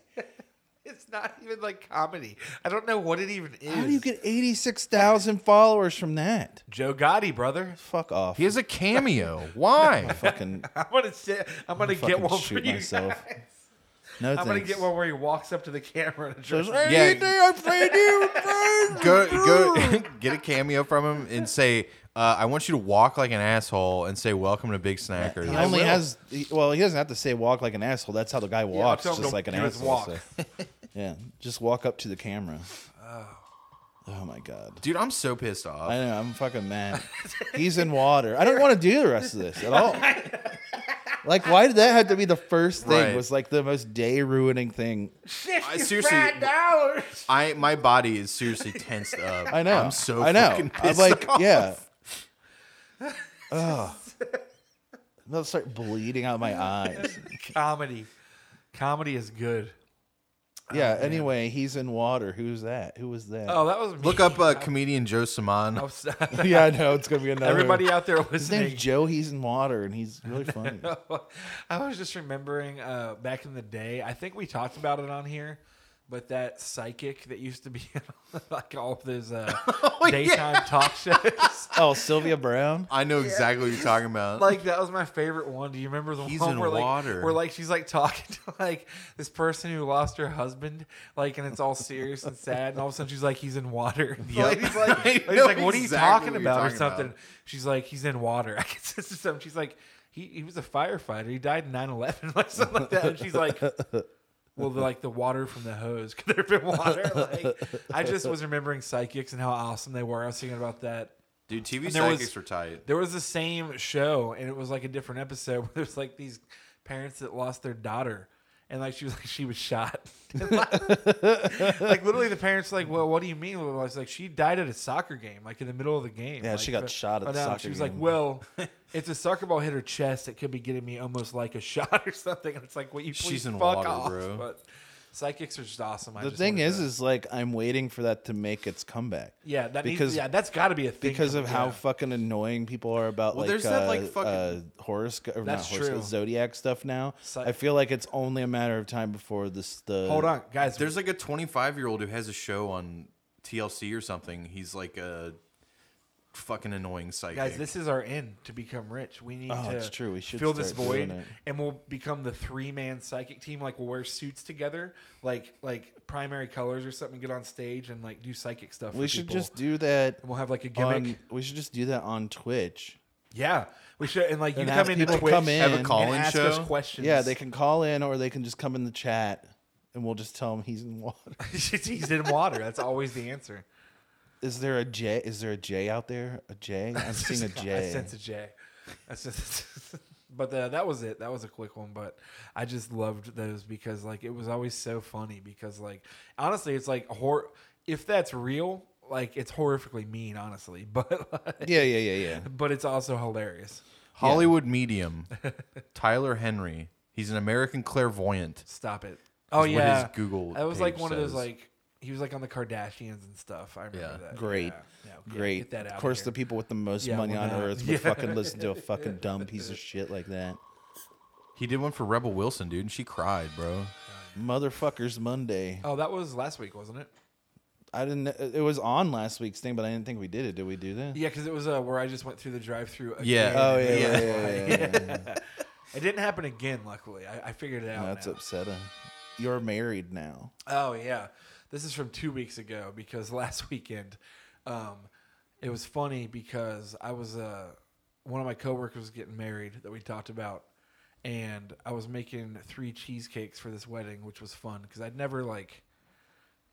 C: It's not even like comedy. I don't know what it even is.
A: How do you get 86,000 followers from that?
C: Joe Gotti, brother?
A: Fuck off.
B: He has a cameo. Why?
A: fucking,
C: I'm gonna sit, I'm gonna
A: fucking
C: get one for
A: shoot
C: you
A: myself.
C: guys.
A: No
C: I'm
A: thanks.
C: gonna get one where he walks up to the camera and
A: There's- Hey,
C: addresses
B: Yeah.
A: you think I'm saying you, friend?
B: go go get a cameo from him and say, uh, "I want you to walk like an asshole and say welcome to Big Snackers."
A: He only
C: will.
A: has, he- well, he doesn't have to say walk like an asshole. That's how the guy
C: I'll
A: walks,
C: tell him
A: just
C: to
A: like an
C: do his
A: asshole.
C: walk.
A: so- yeah, just walk up to the camera. Oh, my God.
B: Dude, I'm so pissed off.
A: I know, I'm fucking mad. He's in water. I don't want to do the rest of this at all. Like, why did that have to be the first thing?
B: Right.
A: Was like the most day ruining thing
B: I, seriously,
C: dollars.
B: I my body is seriously tensed up.
A: I know.
B: I'm so
A: I know.
B: fucking pissed
A: I'm like,
B: off.
A: yeah. Ugh. I'm gonna start bleeding out my eyes.
C: Comedy, comedy is good.
A: Yeah. anyway, he's in water. Who's that? Who was that?
C: Oh, that was me.
B: Look up uh, comedian Joe Simon.
C: I'm sorry.
A: yeah, I know. It's gonna be another.
C: Everybody out there
A: His name's
C: listening,
A: Joe. He's in water, and he's really funny.
C: I was just remembering uh, back in the day. I think we talked about it on here, but that psychic that used to be in like all of those uh, daytime talk shows.
A: oh, Sylvia Brown.
B: I know exactly what you're talking about.
C: like that was my favorite one. Do you remember the
B: He's
C: one
B: in
C: where like
B: water.
C: where like she's like talking to like this person who lost her husband, like and it's all serious and sad, and all of a sudden she's like he's in water. And The
B: Yep.
C: lady's
B: I
C: like, lady's
B: know
C: like what are you
B: exactly
C: talking
B: what you're
C: about or
B: talking about.
C: something? She's like he's in water. I guess this is something. She's like he he was a firefighter. He died in 9-11 like something like that. And she's like. Well, the, like the water from the hose. Could there have been water? Like, I just was remembering psychics and how awesome they were. I was thinking about that
B: Dude, TV
C: And there
B: psychics
C: was-
B: are tight.
C: there was the same show, and it was like a different episode where there's like these parents that lost their daughter, and like she was like she was shot. And, like, like, literally, the parents were like, "Well, what do you mean?" Well, I was like, "She died at a soccer game, like in the middle of the game."
A: Yeah,
C: Like,
A: she got
C: but-
A: shot at
C: but
A: the
C: no,
A: soccer
C: She was
A: game.
C: like, "Well, if the soccer ball hit her chest, it could be getting me almost like a shot or something." And it's like, "What you please
B: She's in
C: fuck
B: water,
C: off."
B: bro.
C: But psychics are just awesome. I
A: The
C: just
A: thing
C: wanted
A: is,
C: to-
A: is like I'm waiting for that to make its comeback.
C: yeah, that
A: because-
C: needs, yeah, that's got to be a thing
A: because of
C: coming-
A: how
C: yeah.
A: fucking annoying people are about
B: Well,
A: like,
B: there's
A: uh,
B: that, like, fucking-
A: uh, horoscope or
C: That's
A: not horoscope,
C: true.
A: zodiac stuff now.
C: Psy-
A: I feel like it's only a matter of time before this. The
C: Hold on, guys.
B: There's like a 25 year old who has a show on TLC or something. He's like a fucking annoying psychic.
C: Guys, this is our end to become rich. We need
A: Oh,
C: to
A: it's true. We should
C: fill this
A: start doing
C: void,
A: it.
C: and we'll become the three man psychic team. Like we'll wear suits together, like like primary colors or something. Get on stage and like do psychic stuff.
A: We
C: for
A: should
C: people.
A: just do that.
C: And we'll have like a gimmick.
A: On, we should just do that on Twitch.
C: yeah, we should. And like you
A: And
C: come
A: ask
C: into
A: people to
C: Twitch,
A: come in. Have a
C: and
B: call-in
C: ask
B: show?
C: us questions.
A: Yeah, they can call in or they can just come in the chat and we'll just tell them he's in water.
C: He's in water. That's always the answer.
A: Is there a J? Is there a J out there? A J? I'm seeing a
C: I
A: J.
C: sense a J. I sense but uh, that was it. That was a quick one. But I just loved those because like it was always so funny. Because like honestly, it's like hor. If that's real, like it's horrifically mean, honestly. But like,
A: Yeah, yeah, yeah, yeah.
C: but it's also hilarious.
B: Hollywood medium, Tyler Henry. He's an American clairvoyant.
C: Stop it. Oh
B: what his
C: yeah,
B: Google
C: That was like
B: page
C: one of those
B: says.
C: like he was like on the Kardashians and stuff. I remember
B: Yeah.
C: that.
A: Great.
C: Yeah. Yeah,
A: Great.
C: Get that out.
A: of course,
C: here.
A: the people with the most
C: Yeah,
A: money
C: we're
A: on
C: not-
A: earth would fucking listen to a fucking dumb piece of shit like that.
B: He did one for Rebel Wilson, dude, and she cried, bro.
A: Motherfuckers Monday.
C: Oh, that was last week, wasn't it?
A: I didn't. It was on last week's thing, but I didn't think we did it. Did we do that?
C: Yeah, because it was uh, where I just went through the drive-through.
B: Yeah.
A: Oh yeah, yeah, yeah. yeah, yeah, yeah.
C: It didn't happen again, luckily. I, I figured it out.
A: That's
C: now.
A: upsetting. You're married now.
C: Oh yeah, this is from two weeks ago because last weekend, um, it was funny because I was uh, one of my coworkers was getting married that we talked about, and I was making three cheesecakes for this wedding, which was fun because I'd never like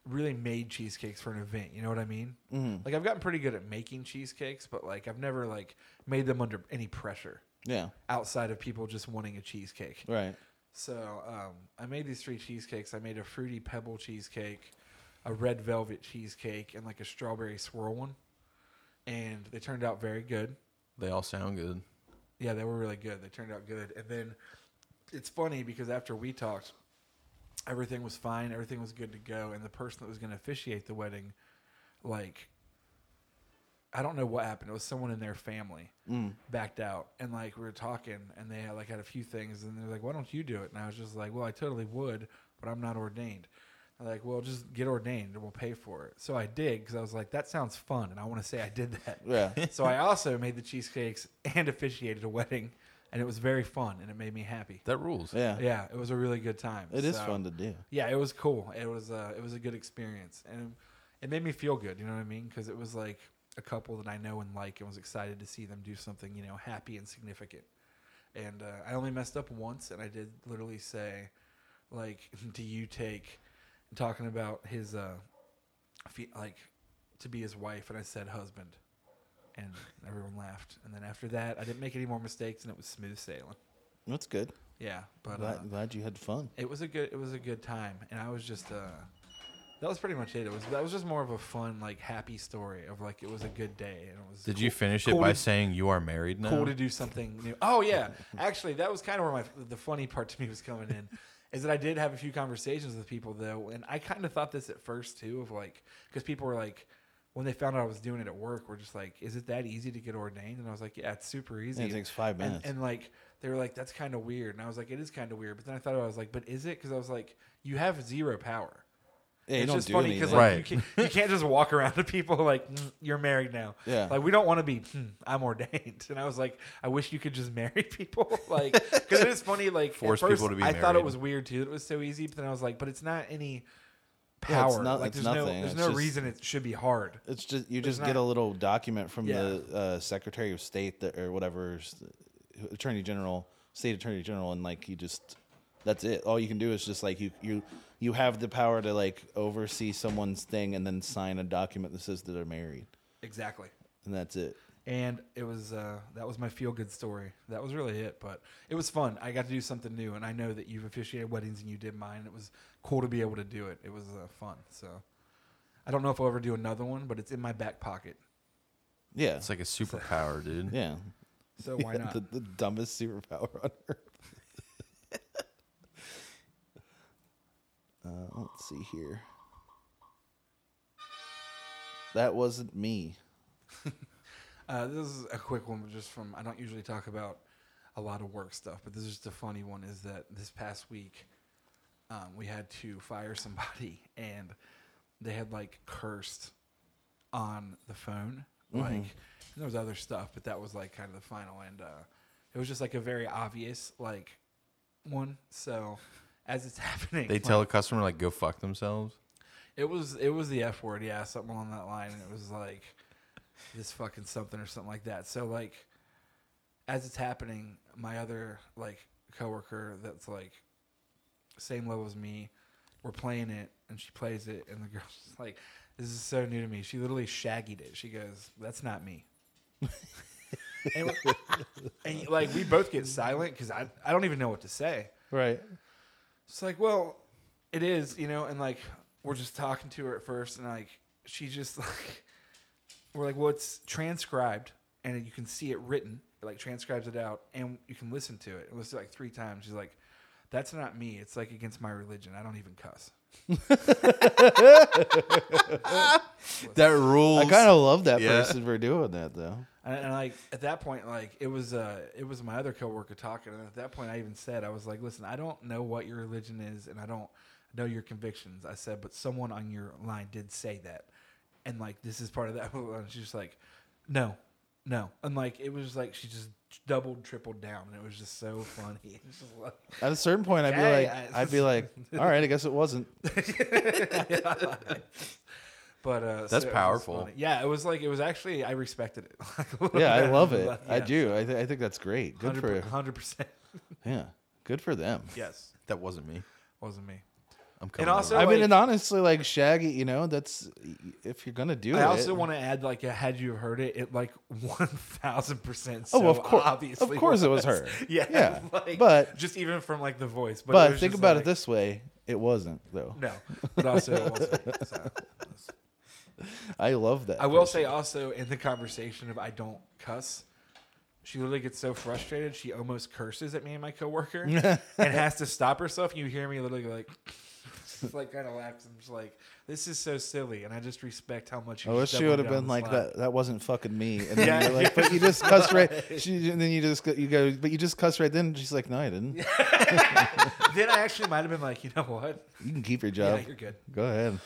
C: really made cheesecakes for an event. You know what I mean? Mm. Like I've gotten pretty good at making cheesecakes, but like I've never like made them under any pressure
A: Yeah.
C: outside of people just wanting a cheesecake.
A: Right.
C: So um, I made these three cheesecakes. I made a fruity pebble cheesecake, a red velvet cheesecake, and like a strawberry swirl one. And they turned out very good.
B: They all sound good.
C: Yeah, they were really good. They turned out good. And then it's funny because after we talked, everything was fine. Everything was good to go. And the person that was going to officiate the wedding, like, I don't know what happened. It was someone in their family backed out, and like we were talking, and they had, like had a few things, and they're like, "Why don't you do it?" And I was just like, "Well, I totally would, but I'm not ordained." They're like, "Well, just get ordained, and we'll pay for it." So I did because I was like, "That sounds fun," and I want to say I did that.
A: Yeah.
C: so I also made the cheesecakes and officiated a wedding, and it was very fun, and it made me happy.
B: That rules.
A: Yeah.
C: Yeah, it was a really good time.
A: It is
C: So-
A: fun to do.
C: yeah, it was cool. It was uh, it was a good experience, and it made me feel good. You know what I mean? Because it was like a couple that I know and like, and was excited to see them do something you know happy and significant. And uh, I only messed up once, and I did literally say, like, "Do you take?" Talking about his uh, fe- like to be his wife, and I said husband, and everyone laughed. And then after that, I didn't make any more mistakes, and it was smooth sailing.
A: That's good.
C: Yeah, but uh,
A: Glad, glad you had fun.
C: it was a good it was a good time and i was just uh that was pretty much it it was that was just more of a fun like happy story of like it was a good day and it was
B: Did
C: cool-
B: you finish it
C: cool
B: by
C: to-
B: saying you are married now?
C: cool to do something new oh yeah actually that was kind of where my the funny part to me was coming in is that i did have a few conversations with people though and i kind of thought this at first too of like because people were like when they found out I was doing it at work, we're just like, "Is it that easy to get ordained?" And I was like, "Yeah, it's super easy.
A: it takes five
C: And-
A: minutes.
C: and like they were like that's kind of weird and i was like it is kind of weird but then i thought about it, i was like but is it because i was like you have zero power
A: Yeah, you
C: it's
A: don't
C: just
A: do
C: funny because
A: anything.
C: like
B: Right.
C: you, can't, you can't just walk around to people like "Mm, you're married now
A: Yeah.
C: like we don't want to be "Hmm, i'm ordained and i was like i wish you could just marry people like because it is funny like at
B: Force
C: first,
B: people to be
C: i thought it
B: married.
C: was weird too that it was so easy but then i was like but it's not any
A: Yeah,
C: power
A: it's not-
C: like
A: it's
C: there's
A: nothing.
C: no there's
A: It's
C: no
A: just-
C: reason it should be hard
A: It's just you
C: There's
A: just get a
C: not-
A: little document from
C: Yeah.
A: the uh, Secretary of State that, or whatever, s- Attorney General, State Attorney General, and like you just that's it. All you can do is just like you you you have the power to like oversee someone's thing and then sign a document that says that they're married,
C: exactly
A: and that's it.
C: and it was uh, that was my feel good story. That was really it, but it was fun. I got to do something new, and I know that you've officiated weddings and you did mine. It was cool to be able to do it. It was uh, fun. So I don't know if I'll ever do another one, but it's in my back pocket.
A: Yeah,
B: It's like a superpower, dude.
A: yeah.
C: So why
A: Yeah,
C: not?
A: The, the dumbest superpower on earth. uh, let's see here. That wasn't me.
C: Uh, this is a quick one, but just from I don't usually talk about a lot of work stuff, but this is just a funny one. Is that this past week um, we had to fire somebody, and they had like cursed on the phone Like and there was other stuff, but that was like kind of the final and uh it was just like a very obvious like one. So as it's happening
B: They
C: like,
B: tell a customer like go fuck themselves.
C: it was it was the F word, yeah, something along that line, and it was like this fucking something or something like that. So like as it's happening, my other like coworker that's like same level as me, we're playing it and she plays it and the girl's just like, This is so new to me. She literally shaggied it. She goes, That's not me. and, and like we both get silent because I, I don't even know what to say.
A: Right.
C: It's like, well, it is, you know, and like we're just talking to her at first, and like she just like we're like, well, it's transcribed, and you can see it written, it, like transcribes it out, and you can listen to it. It was like three times. She's like, that's not me. It's like against my religion. I don't even cuss.
B: That rules.
A: I kind of love that
B: Yeah.
A: person for doing that though.
C: And, and like at that point, like it was uh it was my other coworker talking, and at that point, I even said I was like, listen, I don't know what your religion is, and I don't know your convictions. I said, but someone on your line did say that, and like this is part of that. And she's just like, no, no, and like it was just like she just doubled, tripled down, and it was just so funny. It's just like-
A: At a certain point, I'd be
C: Yeah,
A: like,
C: yeah.
A: I'd be like, all right, I guess it wasn't.
C: but uh, so
B: That's
C: it was
B: powerful.
C: funny. Yeah, it was like it was actually I respected it.
A: Yeah, I love it. I
C: Yeah.
A: do. I, th- I think that's great. Good for
C: hundred percent.
A: yeah. Good for them.
C: Yes,
B: that wasn't me.
C: wasn't me.
B: I'm coming.
C: also-
B: over.
A: I mean,
C: like-
A: and honestly, like Shaggy, you know, that's if you're gonna do it.
C: I also want to add, like, had you heard it, it like one thousand percent.
A: Oh, of course,
C: obviously,
A: of course, it was her.
C: Yeah,
A: yeah.
C: like,
A: but
C: just even from like the voice. But, it
A: but
C: was
A: think
C: just
A: about
C: like-
A: it this way: it wasn't though.
C: No, but also, it wasn't, so.
A: I love that.
C: I will
A: person.
C: say also in the conversation of I don't cuss. She literally gets so frustrated she almost curses at me and my coworker and has to stop herself. You hear me literally like, just like kind of laughs. I'm just like, this is so silly, and I just respect how much. you
A: I wish
C: just
A: she
C: doubled
A: would have been
C: down this
A: like
C: line.
A: that. That wasn't fucking me. And then
C: Yeah.
A: you're like, but you just cussed right. She, and then you just go- you go, but you just cussed right then. She's like, no, I didn't.
C: Then I actually might have been like, you know what?
A: You can keep your
C: Yeah,
A: job.
C: you're good.
A: Go ahead.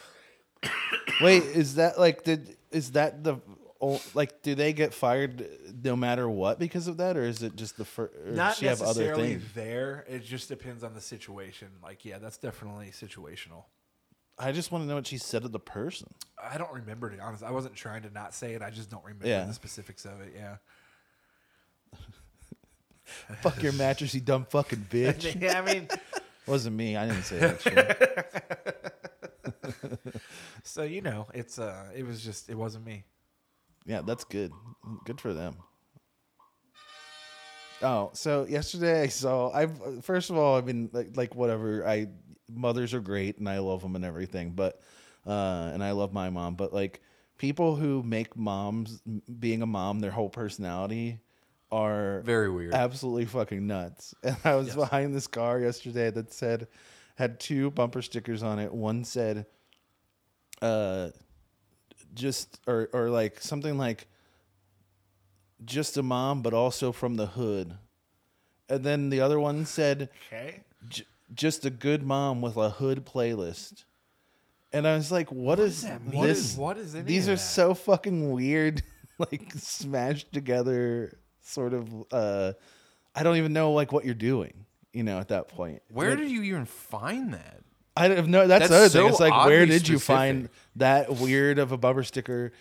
A: Wait, is that like did is that the ol- like do they get fired no matter what because of that or is it just the first or does
C: Not
A: she have other
C: necessarily
A: things?
C: there. It just depends on the situation. Like, yeah, that's definitely situational.
A: I just want to know what she said to the person.
C: I don't remember to be honest. I wasn't trying to not say it. I just don't remember
A: Yeah.
C: the specifics of it. Yeah.
A: Fuck your mattress, you dumb fucking bitch.
C: yeah, I mean,
A: Wasn't me. I didn't say that shit.
C: so you know, it's uh, it was just it wasn't me.
A: Yeah, that's good. Good for them. Oh, so yesterday I saw. I've first of all, I've been like, like whatever. I mothers are great, and I love them and everything. But uh, and I love my mom. But like people who make moms being a mom their whole personality are
B: Very weird.
A: absolutely fucking nuts. And I was behind this car yesterday that said had two bumper stickers on it. One said, uh, just or or like something like just a mom, but also from the hood. And then the other one said,
C: Okay.
A: J- just a good mom with a hood playlist. And I was like, what is this?
C: What is- what is any
A: these
C: of
A: are
C: that?
A: so fucking weird, like smashed together sort of uh I don't even know like what you're doing, you know, at that point.
B: Where did you even find that?
A: I don't know. That's, the
B: That's
A: other thing.
B: so
A: It's like, where
B: oddly
A: did you find
B: specific.
A: that weird of a bumper sticker?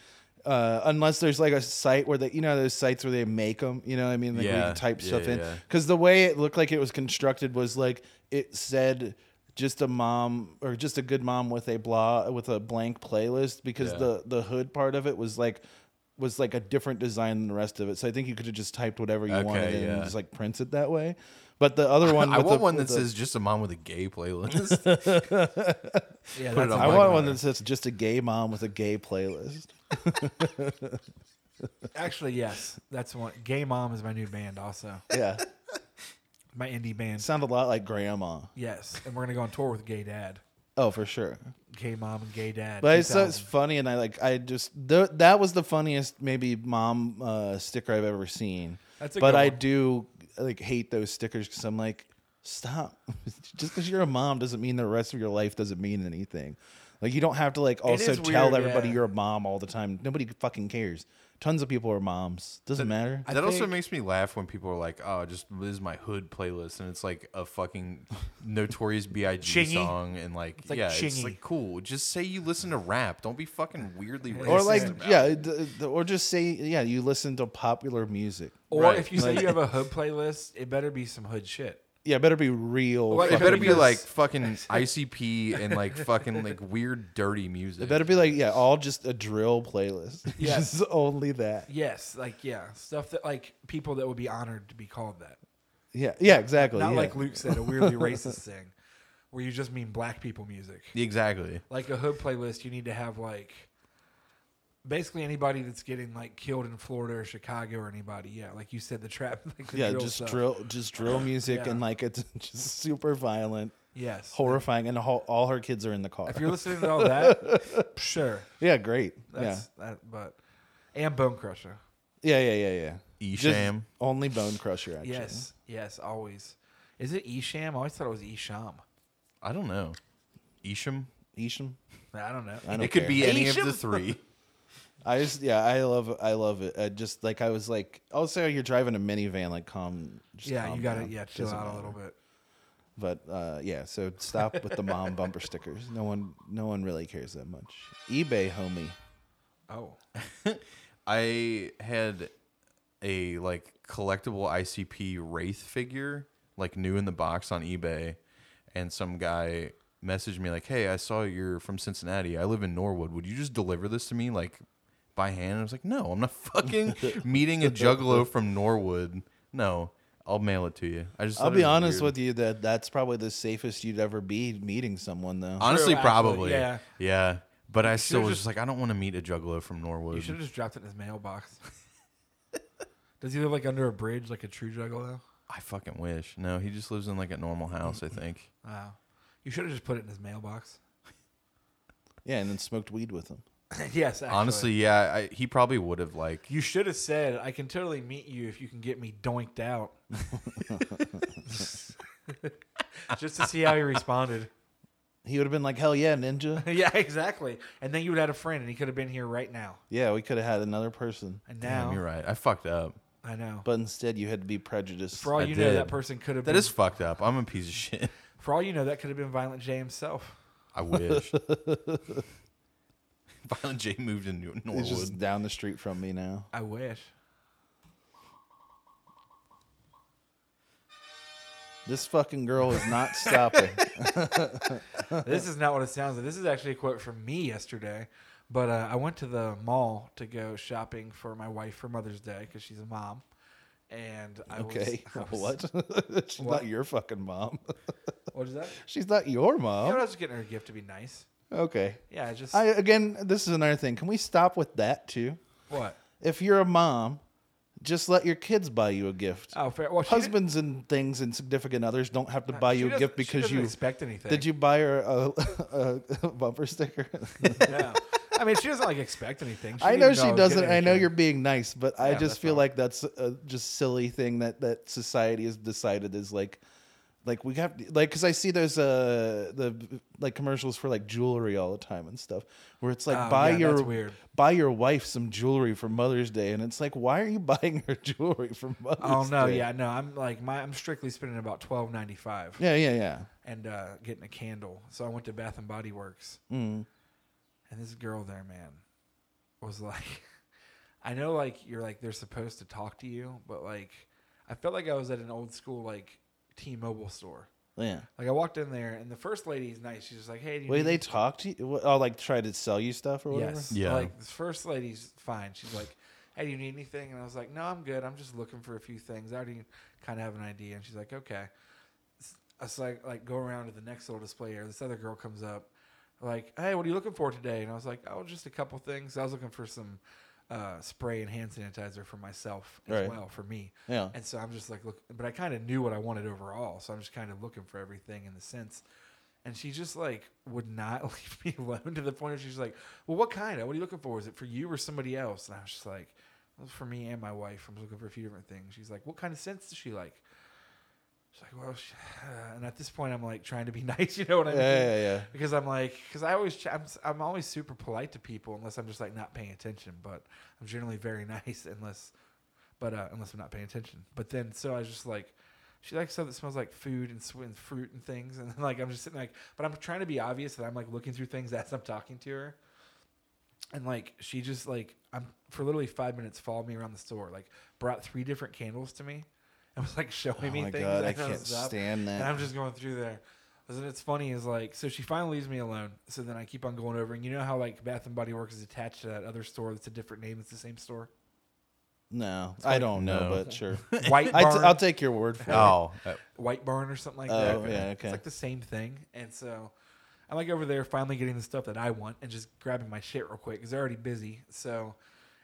A: Uh, unless there's like a site where they, you know, those sites where they make them, you know what I mean? Like where you
B: Yeah,
A: can type
B: yeah,
A: stuff in.
B: yeah.
A: Because the way it looked like it was constructed was like it said just a mom or just a good mom with a blah with a blank playlist because
B: Yeah.
A: the the hood part of it was like was like a different design than the rest of it. So I think you could have just typed whatever you
B: Okay,
A: wanted in and
B: yeah.
A: just like prints it that way. But the other one,
B: I
A: with
B: want
A: the-
B: one that
A: with the-
B: says just a mom with a gay playlist.
C: Yeah,
B: Put it
C: that's
B: on
A: I
B: my
A: want
B: car.
A: one that says just a gay mom with a gay playlist.
C: actually yes, that's one. Gay Mom is my new band, also
A: Yeah.
C: my indie
A: It
C: band.
A: sounded a lot like grandma.
C: Yes, and we're gonna go on tour with Gay Dad,
A: Oh, for sure.
C: Gay Mom, and Gay Dad.
A: But it's, uh, it's
C: 2000.
A: funny, and I like I just th- that was the funniest maybe mom uh, sticker I've ever seen.
C: That's a
A: but
C: good
A: I
C: one.
A: do like hate those stickers because I'm like, stop. just because you're a mom doesn't mean the rest of your life doesn't mean anything. Like you don't have to like also
C: is
A: tell
C: weird,
A: everybody
C: yeah.
A: you're a mom all the time. Nobody fucking cares. Tons of people are moms. Doesn't matter.
B: that also makes me laugh when people are like, "Oh, just this is my hood playlist," and it's like a fucking notorious B.I.G.
C: Chingy.
B: song, and like,
C: like
B: yeah,
C: Chingy.
B: it's like cool. Just say you listen to rap. Don't be fucking weirdly racist.
A: or like
B: about
A: yeah,
B: it.
A: d- d- or just say yeah, you listen to popular music.
C: Or
B: Right.
C: if you say you have a hood playlist, it better be some hood shit.
A: Yeah, it better be real.
C: Well,
B: it
A: fucking
B: better be
A: music.
B: like fucking ICP and like fucking like weird dirty music.
A: It better be like yeah, all just a drill playlist.
C: Yes.
A: just only that.
C: Yes, like yeah, stuff that like people that would be honored to be called that.
A: Yeah, yeah, exactly.
C: Not
A: yeah.
C: like Luke said, a weirdly racist thing, where you just mean black people music.
B: exactly.
C: Like a hood playlist, you need to have like basically anybody that's getting like killed in Florida or Chicago or anybody. Yeah, like you said, the trap. Like the
A: yeah,
C: drill
A: just
C: stuff.
A: drill, just drill music,
C: Yeah.
A: and like it's just super violent,
C: Yes.
A: horrifying, and all, all her kids are in the car.
C: if you're listening to all that, sure.
A: yeah, great.
C: That's, That, but and Bone Crusher.
A: yeah, yeah, yeah, yeah, yeah. Just
B: Esham.
A: only Bone Crusher. Actually,
C: Yes, yes, always. Is it Esham? I always thought it was Esham.
B: I don't know. Isham.
A: Isham.
C: I don't know.
A: I don't
B: It could
A: care.
B: be any of
C: Isham?
B: the three.
A: I just yeah, I love I love it. I just like I was like also you're driving a minivan, like calm. Just
C: yeah,
A: calm
C: you got to
A: down.
C: yeah chill
A: Doesn't
C: out a
A: matter.
C: little bit.
A: But uh, yeah, so stop with the mom bumper stickers. No one no one really cares that much. eBay homie.
C: Oh,
B: I had a like collectible ICP Wraith figure, like new in the box on eBay, and some guy messaged me like, "Hey, I saw you're from Cincinnati. I live in Norwood. Would you just deliver this to me like by hand?" And I was like, "No, I'm not fucking meeting a juggalo from Norwood. No, I'll mail it to you." I just
A: I'll be honest with you that that's probably the safest you'd ever be meeting someone though.
B: Honestly,
C: True, absolutely,
B: probably.
C: yeah.
B: Yeah. Yeah. But I still was
C: just-
B: just like, I don't want to meet a juggalo from Norwood.
C: you should have just dropped it in his mailbox. Does he live like under a bridge, like a true juggalo?
B: I fucking wish. No, he just lives in like a normal
C: Mm-hmm.
B: house, I think.
C: Wow. You should have just put it in his mailbox.
A: Yeah, and then smoked weed with them.
C: yes, actually.
B: Honestly, yeah, I, he probably would have like.
C: You should have said, "I can totally meet you if you can get me doinked out," just to see how he responded.
A: He would have been like, "Hell yeah, ninja!"
C: yeah, exactly. And then you would have had a friend, and he could have been here right now.
A: yeah, we could have had another person,
C: And
B: Damn,
C: now
B: you're right. I fucked up.
C: I know.
A: but instead you had to be prejudiced.
C: for all
B: I
C: you know, that
B: did.
C: person could have
B: That
C: been,
B: is fucked up. I'm a piece of shit.
C: For all you know, that could have been Violent J himself.
B: I wish. Violent J moved into Norwood.
A: He's just down the street from me now.
C: I wish.
A: This fucking girl is not stopping.
C: This is not what it sounds like. This is actually a quote from me yesterday. But uh, I went to the mall to go shopping for my wife for Mother's Day because she's a mom. And I was-
A: Okay,
C: I was,
A: what? She's
C: What?
A: not your fucking mom.
C: What is that?
A: She's not your
C: You know, I
A: mom.
C: was just getting her a gift to be nice.
A: Okay.
C: Yeah, I just
A: I again, this is another thing. Can we stop with that too?
C: what?
A: If you're a mom, just let your kids buy you a gift.
C: Oh, fair. Well, she didn't-
A: Husbands and things and significant others don't have to buy
C: she
A: you a
C: doesn't-
A: gift
C: she
A: because
C: doesn't
A: you
C: expect anything.
A: Did you buy her a, a, a bumper sticker?
C: No. I mean, she doesn't like expect anything.
A: I
C: didn't
A: know
C: even
A: she
C: was
A: doesn't.
C: getting
A: I know
C: anything.
A: you're being nice, but I
C: Yeah,
A: just
C: that's
A: feel
C: fine.
A: like that's a just silly thing that that society has decided is like, like we have like because I see those uh the like commercials for like jewelry all the time and stuff where it's like
C: Oh,
A: buy
C: yeah,
A: your
C: that's weird.
A: buy your wife some jewelry for Mother's Day and it's like why are you buying her jewelry for Mother's
C: Oh no,
A: Day?
C: yeah, no. I'm like my I'm strictly spending about twelve ninety five
A: yeah, yeah, yeah.
C: and uh, getting a candle. So I went to Bath and Body Works, and this girl there, man, was like, I know like you're like they're supposed to talk to you, but like I felt like I was at an old school like T-Mobile store.
A: Yeah.
C: Like I walked in there, and the first lady's nice. She's just like, "Hey, do you
A: Wait,
C: need
A: they talk to you? Oh, like try to sell you stuff or whatever.
C: Yes.
B: Yeah.
C: Like the first lady's fine. She's like, "Hey, do you need anything?" And I was like, "No, I'm good. I'm just looking for a few things. I already kind of have an idea." And she's like, "Okay." S- I was like, like go around to the next little display area. This other girl comes up, like, "Hey, what are you looking for today?" And I was like, "Oh, just a couple things. I was looking for some." Uh, spray and hand sanitizer for myself as
A: Right.
C: well for me
A: Yeah.
C: and so i'm just like look but i kind of knew what i wanted overall so i'm just kind of looking for everything in the sense and she just like would not leave me alone to the point where she's like, "Well, what kind of? What are you looking for? Is it for you or somebody else?" And I was just like, well, "For me and my wife. I'm looking for a few different things." She's like, "What kind of scents does she like?" It's like, well, sh-. and at this point, I'm like trying to be nice. You know what I
A: Yeah,
C: mean?
A: yeah, yeah.
C: Because I'm like, because I always, ch- I'm, s- I'm always super polite to people unless I'm just like not paying attention. But I'm generally very nice unless, but uh, unless I'm not paying attention. But then, so I was just like, she likes stuff that smells like food and, sw- and fruit and things. And then, like, I'm just sitting like, but I'm trying to be obvious that I'm like looking through things as I'm talking to her and like she just like I'm for literally five minutes followed me around the store, like brought three different candles to me and was like showing me
A: Oh my
C: things.
A: God,
C: as
A: I can't
C: was up.
A: stand that.
C: And I'm just going through there. And it's funny is like so she finally leaves me alone. So then I keep on going over, and you know how like Bath and Body Works is attached to that other store that's a different name. It's the same store.
A: No, I don't know,
B: No.
A: but sure.
C: White
A: I t-
C: Barn.
A: I'll take your word for it.
B: Oh, uh,
C: White Barn or something like
A: Oh,
C: that.
A: yeah, okay.
C: It's like the same thing. And so I'm like over there finally getting the stuff that I want and just grabbing my shit real quick because they're already busy. So,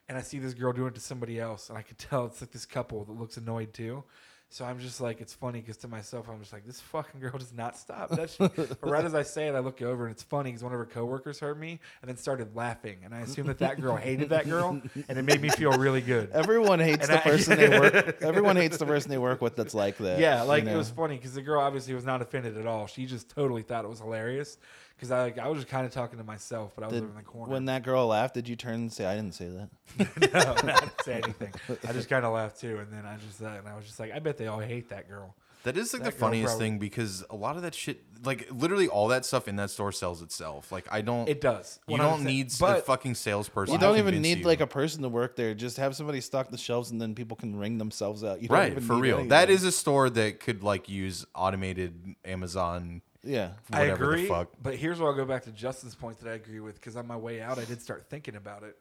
C: and I see this girl doing it to somebody else and I could tell it's like this couple that looks annoyed too. So I'm just like, it's funny because to myself, I'm just like, this fucking girl does not stop. That shit. but right as I say it, I look over and it's funny because one of her coworkers heard me and then started laughing. And I assume that that girl hated that girl and it made me feel really good.
A: Everyone hates
C: And
A: the
C: I-
A: person they work. Everyone hates the person they work with that's like that.
C: Yeah,
A: you
C: like it
A: know?
C: was funny because the girl obviously was not offended at all. She just totally thought it was hilarious because I like I was just kind of talking to myself, but I was
A: Did-
C: over in the corner.
A: when that girl laughed. Did you turn and say, "I didn't say that"?
C: no, I didn't say anything. I just kind of laughed too, and then I just uh, and I was just like, I bet they all hate that girl.
B: that is like
C: That
B: the
C: girl
B: funniest
C: probably-
B: thing because a lot of that shit, like literally all that stuff in that store sells itself. Like I don't,
C: It does.
B: You
C: 100%.
B: don't need a
C: But-
B: fucking salesperson.
A: You
B: to
A: don't even
B: convince
A: need
B: you.
A: like a person to work there. Just have somebody stock the shelves, and then people can ring themselves out. You don't
B: right
A: even
B: for
A: need
B: real.
A: anything.
B: That is a store that could like use automated Amazon.
A: yeah.
B: Whatever
C: I agree,
B: The fuck.
C: but here's where I'll go back to Justin's point that I agree with because on my way out, I did start thinking about it.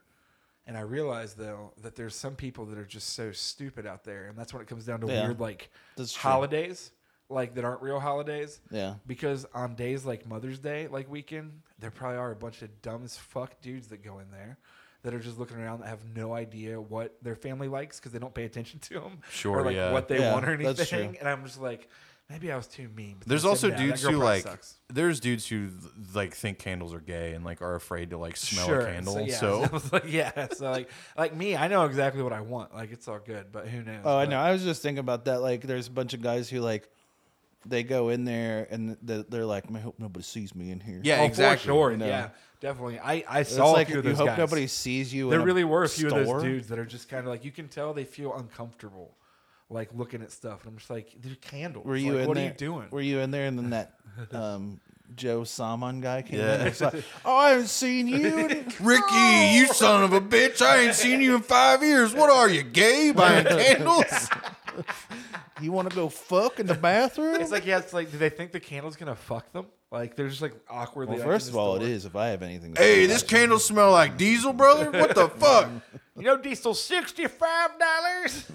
C: And I realized though that there's some people that are just so stupid out there, and that's when it comes down to
A: Yeah.
C: weird like
A: That's true.
C: holidays, like that aren't real holidays.
A: Yeah.
C: Because on days like Mother's Day, like weekend, there probably are a bunch of dumb as fuck dudes that go in there that are just looking around that have no idea what their family likes because they don't pay attention to them.
B: Sure,
C: Or like
B: yeah.
C: what they
A: Yeah,
C: want or anything.
A: that's true.
C: And I'm just like, maybe I was too mean. but then
B: There's
C: I said,
B: also
C: "Nah, that
B: dudes
C: girl
B: who
C: probably
B: like.
C: sucks."
B: There's dudes who like think candles are gay and like are afraid to like smell a candle.
C: So, yeah,
B: so
C: I was like, yeah. So like, like me, I know exactly what I want. Like it's all good, but who knows?
A: Oh, I
C: But
A: know. I was just thinking about that. Like, there's a bunch of guys who like they go in there and th- they're like, "Man, "I hope nobody sees me in here."
B: Yeah,
C: Oh,
B: exactly.
C: For sure.
A: You know.
C: Yeah, definitely. I I
A: It's
C: saw
A: like
C: a few
A: you
C: of those
A: hope
C: guys.
A: nobody sees you.
C: There
A: in a
C: really were a few of
A: store.
C: those dudes that are just kind of like you can tell they feel uncomfortable, like looking at stuff. And I'm just like, they're candles.
A: Were you
C: Like,
A: in
C: what
A: there?
C: are you doing?
A: Were you in there? And then that um, Joe Saman guy came in.
B: Yeah.
A: And was like, oh, I haven't seen you. in-"
C: Oh.
B: Ricky, you son of a bitch! I ain't seen you in five years. What are you, gay? Buying candles?
A: you want to go fuck in the bathroom?
C: it's like yeah, it's like do they think the candle's gonna fuck them? Like they're just like awkwardly.
A: well,
C: like, in
A: first
C: the
A: of all, it
C: store.
A: is. If I have anything, to say
B: hey,
A: about
B: this
A: it.
B: candle smell like diesel, brother. What the fuck?
C: You know, diesel sixty five dollars.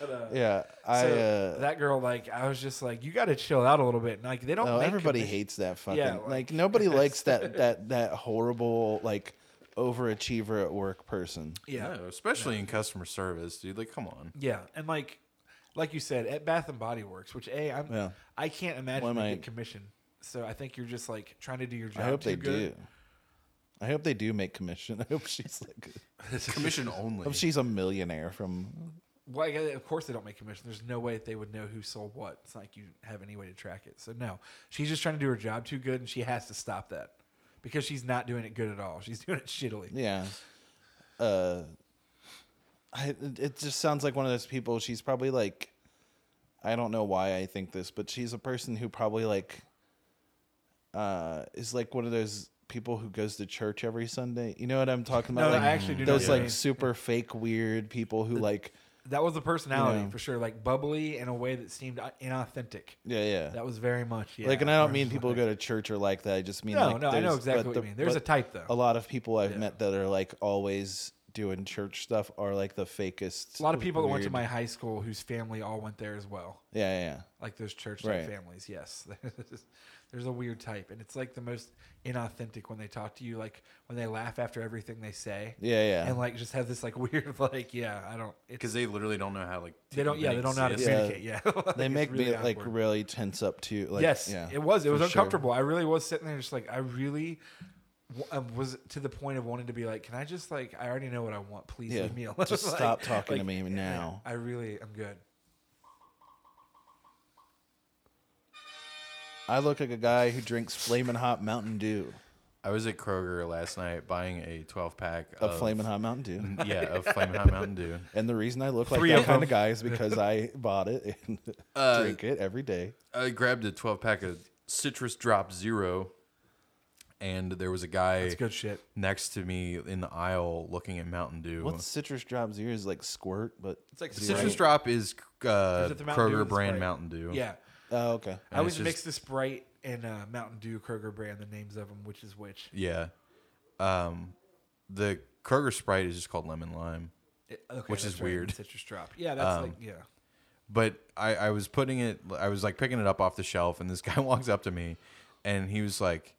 C: but uh,
A: Yeah, I.
C: so
A: uh,
C: that girl, like, I was just like, you got to chill out a little bit. And, like they don't.
A: no,
C: make
A: everybody
C: commission-
A: hates that fucking.
C: Yeah,
A: like,
C: like-
A: nobody likes that that that horrible like overachiever at work person.
C: Yeah,
B: No, especially in customer service, dude. Like, come on.
C: Yeah, and like, like you said, at Bath and Body Works, which a I'm
A: Yeah.
C: I can't
A: Why
C: imagine
A: am
C: they
A: I-
C: get commission. So I think you're just like trying to do your job.
A: I hope
C: too
A: they
C: good.
A: do. I hope they do make commission. I hope she's like.
B: Commission only.
A: I hope she's a millionaire from
C: Well, I guess- of course they don't make commission. There's no way that they would know who sold what. It's not like you have any way to track it. So no, she's just trying to do her job too good, and she has to stop that because she's not doing it good at all. She's doing it shittily.
A: Yeah. Uh, I, it- it just sounds like one of those people. She's probably like, I don't know why I think this, but she's a person who probably like, uh, is like one of those people who goes to church every Sunday. You know what I'm talking
C: No,
A: about? like,
C: I actually do. know
A: those
C: what you
A: like
C: mean.
A: super fake weird people who like,
C: that was the personality
A: know.
C: for sure, like bubbly in a way that seemed uh, inauthentic.
A: yeah, yeah.
C: That was very much yeah.
A: like, and I don't
C: I'm
A: mean
C: just
A: people who
C: like-
A: go to church or like that. I just mean
C: No,
A: like,
C: no, I know
A: there's-
C: exactly
A: but
C: what
A: the-
C: you mean. There's a
A: but
C: type, though.
A: A lot of people I've met that are like always doing church stuff are like the fakest.
C: A lot of people that went to
A: weird-
C: my high school whose family all went there as well.
A: yeah, yeah, yeah.
C: Like those church
A: Right.
C: type families, yes. There's a weird type, and it's like the most inauthentic when they talk to you, like when they laugh after everything they say,
A: Yeah, yeah.
C: and like just have this like weird, like yeah, I don't, because
B: Because they literally don't know how, like,
C: they don't, yeah, they don't know how to
A: Yeah.
C: communicate, yeah. Like,
A: they
C: it's
A: make
C: really
A: me like
C: awkward.
A: really tense up too. Like,
C: yes,
A: yeah,
C: it was, it was
A: for sure.
C: uncomfortable. I really was sitting there, just like I really w- um, was to the point of wanting to be like, can I just like, I already know what I want, please
A: Yeah,
C: leave me alone.
A: just
C: Like-
A: stop talking to
C: like,
A: me
C: yeah,
A: now.
C: I really, I'm good.
A: I look like a guy who drinks flaming hot Mountain Dew.
B: I was at Kroger last night buying a 12 pack
A: A flaming hot Mountain Dew.
B: Yeah, of Flamin' Hot Mountain Dew.
A: And the reason I look like
C: Mm. Three
A: that
C: of
A: kind
C: them.
A: of guy is because I bought it and
B: Uh,
A: drink it every day.
B: I grabbed a 12 pack of Citrus Drop Zero, and there was a guy
C: It's good shit.
B: next to me in the aisle looking at Mountain Dew.
A: What's citrus drops here is like squirt, but
C: It's like
B: Citrus Drop is uh,
C: Is it the Mountain Dew
B: Kroger
C: with the
B: brand
C: Sprite?
B: Mountain Dew.
C: Yeah.
A: oh okay.
C: I always
B: it's just-
C: mix the Sprite and uh, Mountain Dew Kroger brand, the names of them, which is which.
B: Yeah. Um, the Kroger Sprite is just called Lemon Lime.
C: It- okay,
B: Which
C: that's
B: is
C: right,
B: weird.
C: Citrus drop. Yeah, that's like yeah.
B: but I, I was putting it I was like picking it up off the shelf and this guy walks up to me and he was like,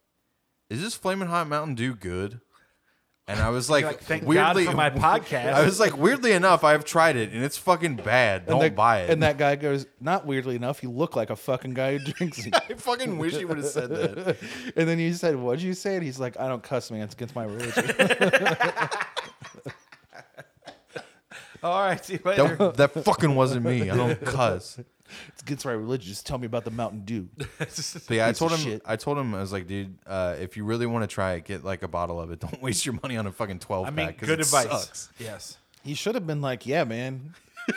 B: Is this flaming hot Mountain Dew good? And I was like,
C: Like thank
B: weirdly
C: God for my podcast.
B: I was like, weirdly enough, I've tried it and it's fucking bad. Don't
A: that,
B: buy it.
A: And that guy goes, not weirdly enough, you look like a fucking guy who drinks it.
B: I fucking wish he would have said that.
A: and then you said, What'd you say? And he's like, I don't cuss, man. It's against my religion.
C: All right, see you later.
B: That, that fucking wasn't me. I don't cuss.
A: it's against my religion. Just tell me about the Mountain Dew.
B: But yeah, I
A: Piece
B: told him.
A: of shit.
B: I told him I was like, dude, uh, if you really want to try it, get like a bottle of it. Don't waste your money on a fucking twelve
C: I mean,
B: pack. 'cause
C: good
B: it
C: advice.
B: sucks.
C: Yes.
A: He should have been like, Yeah, man.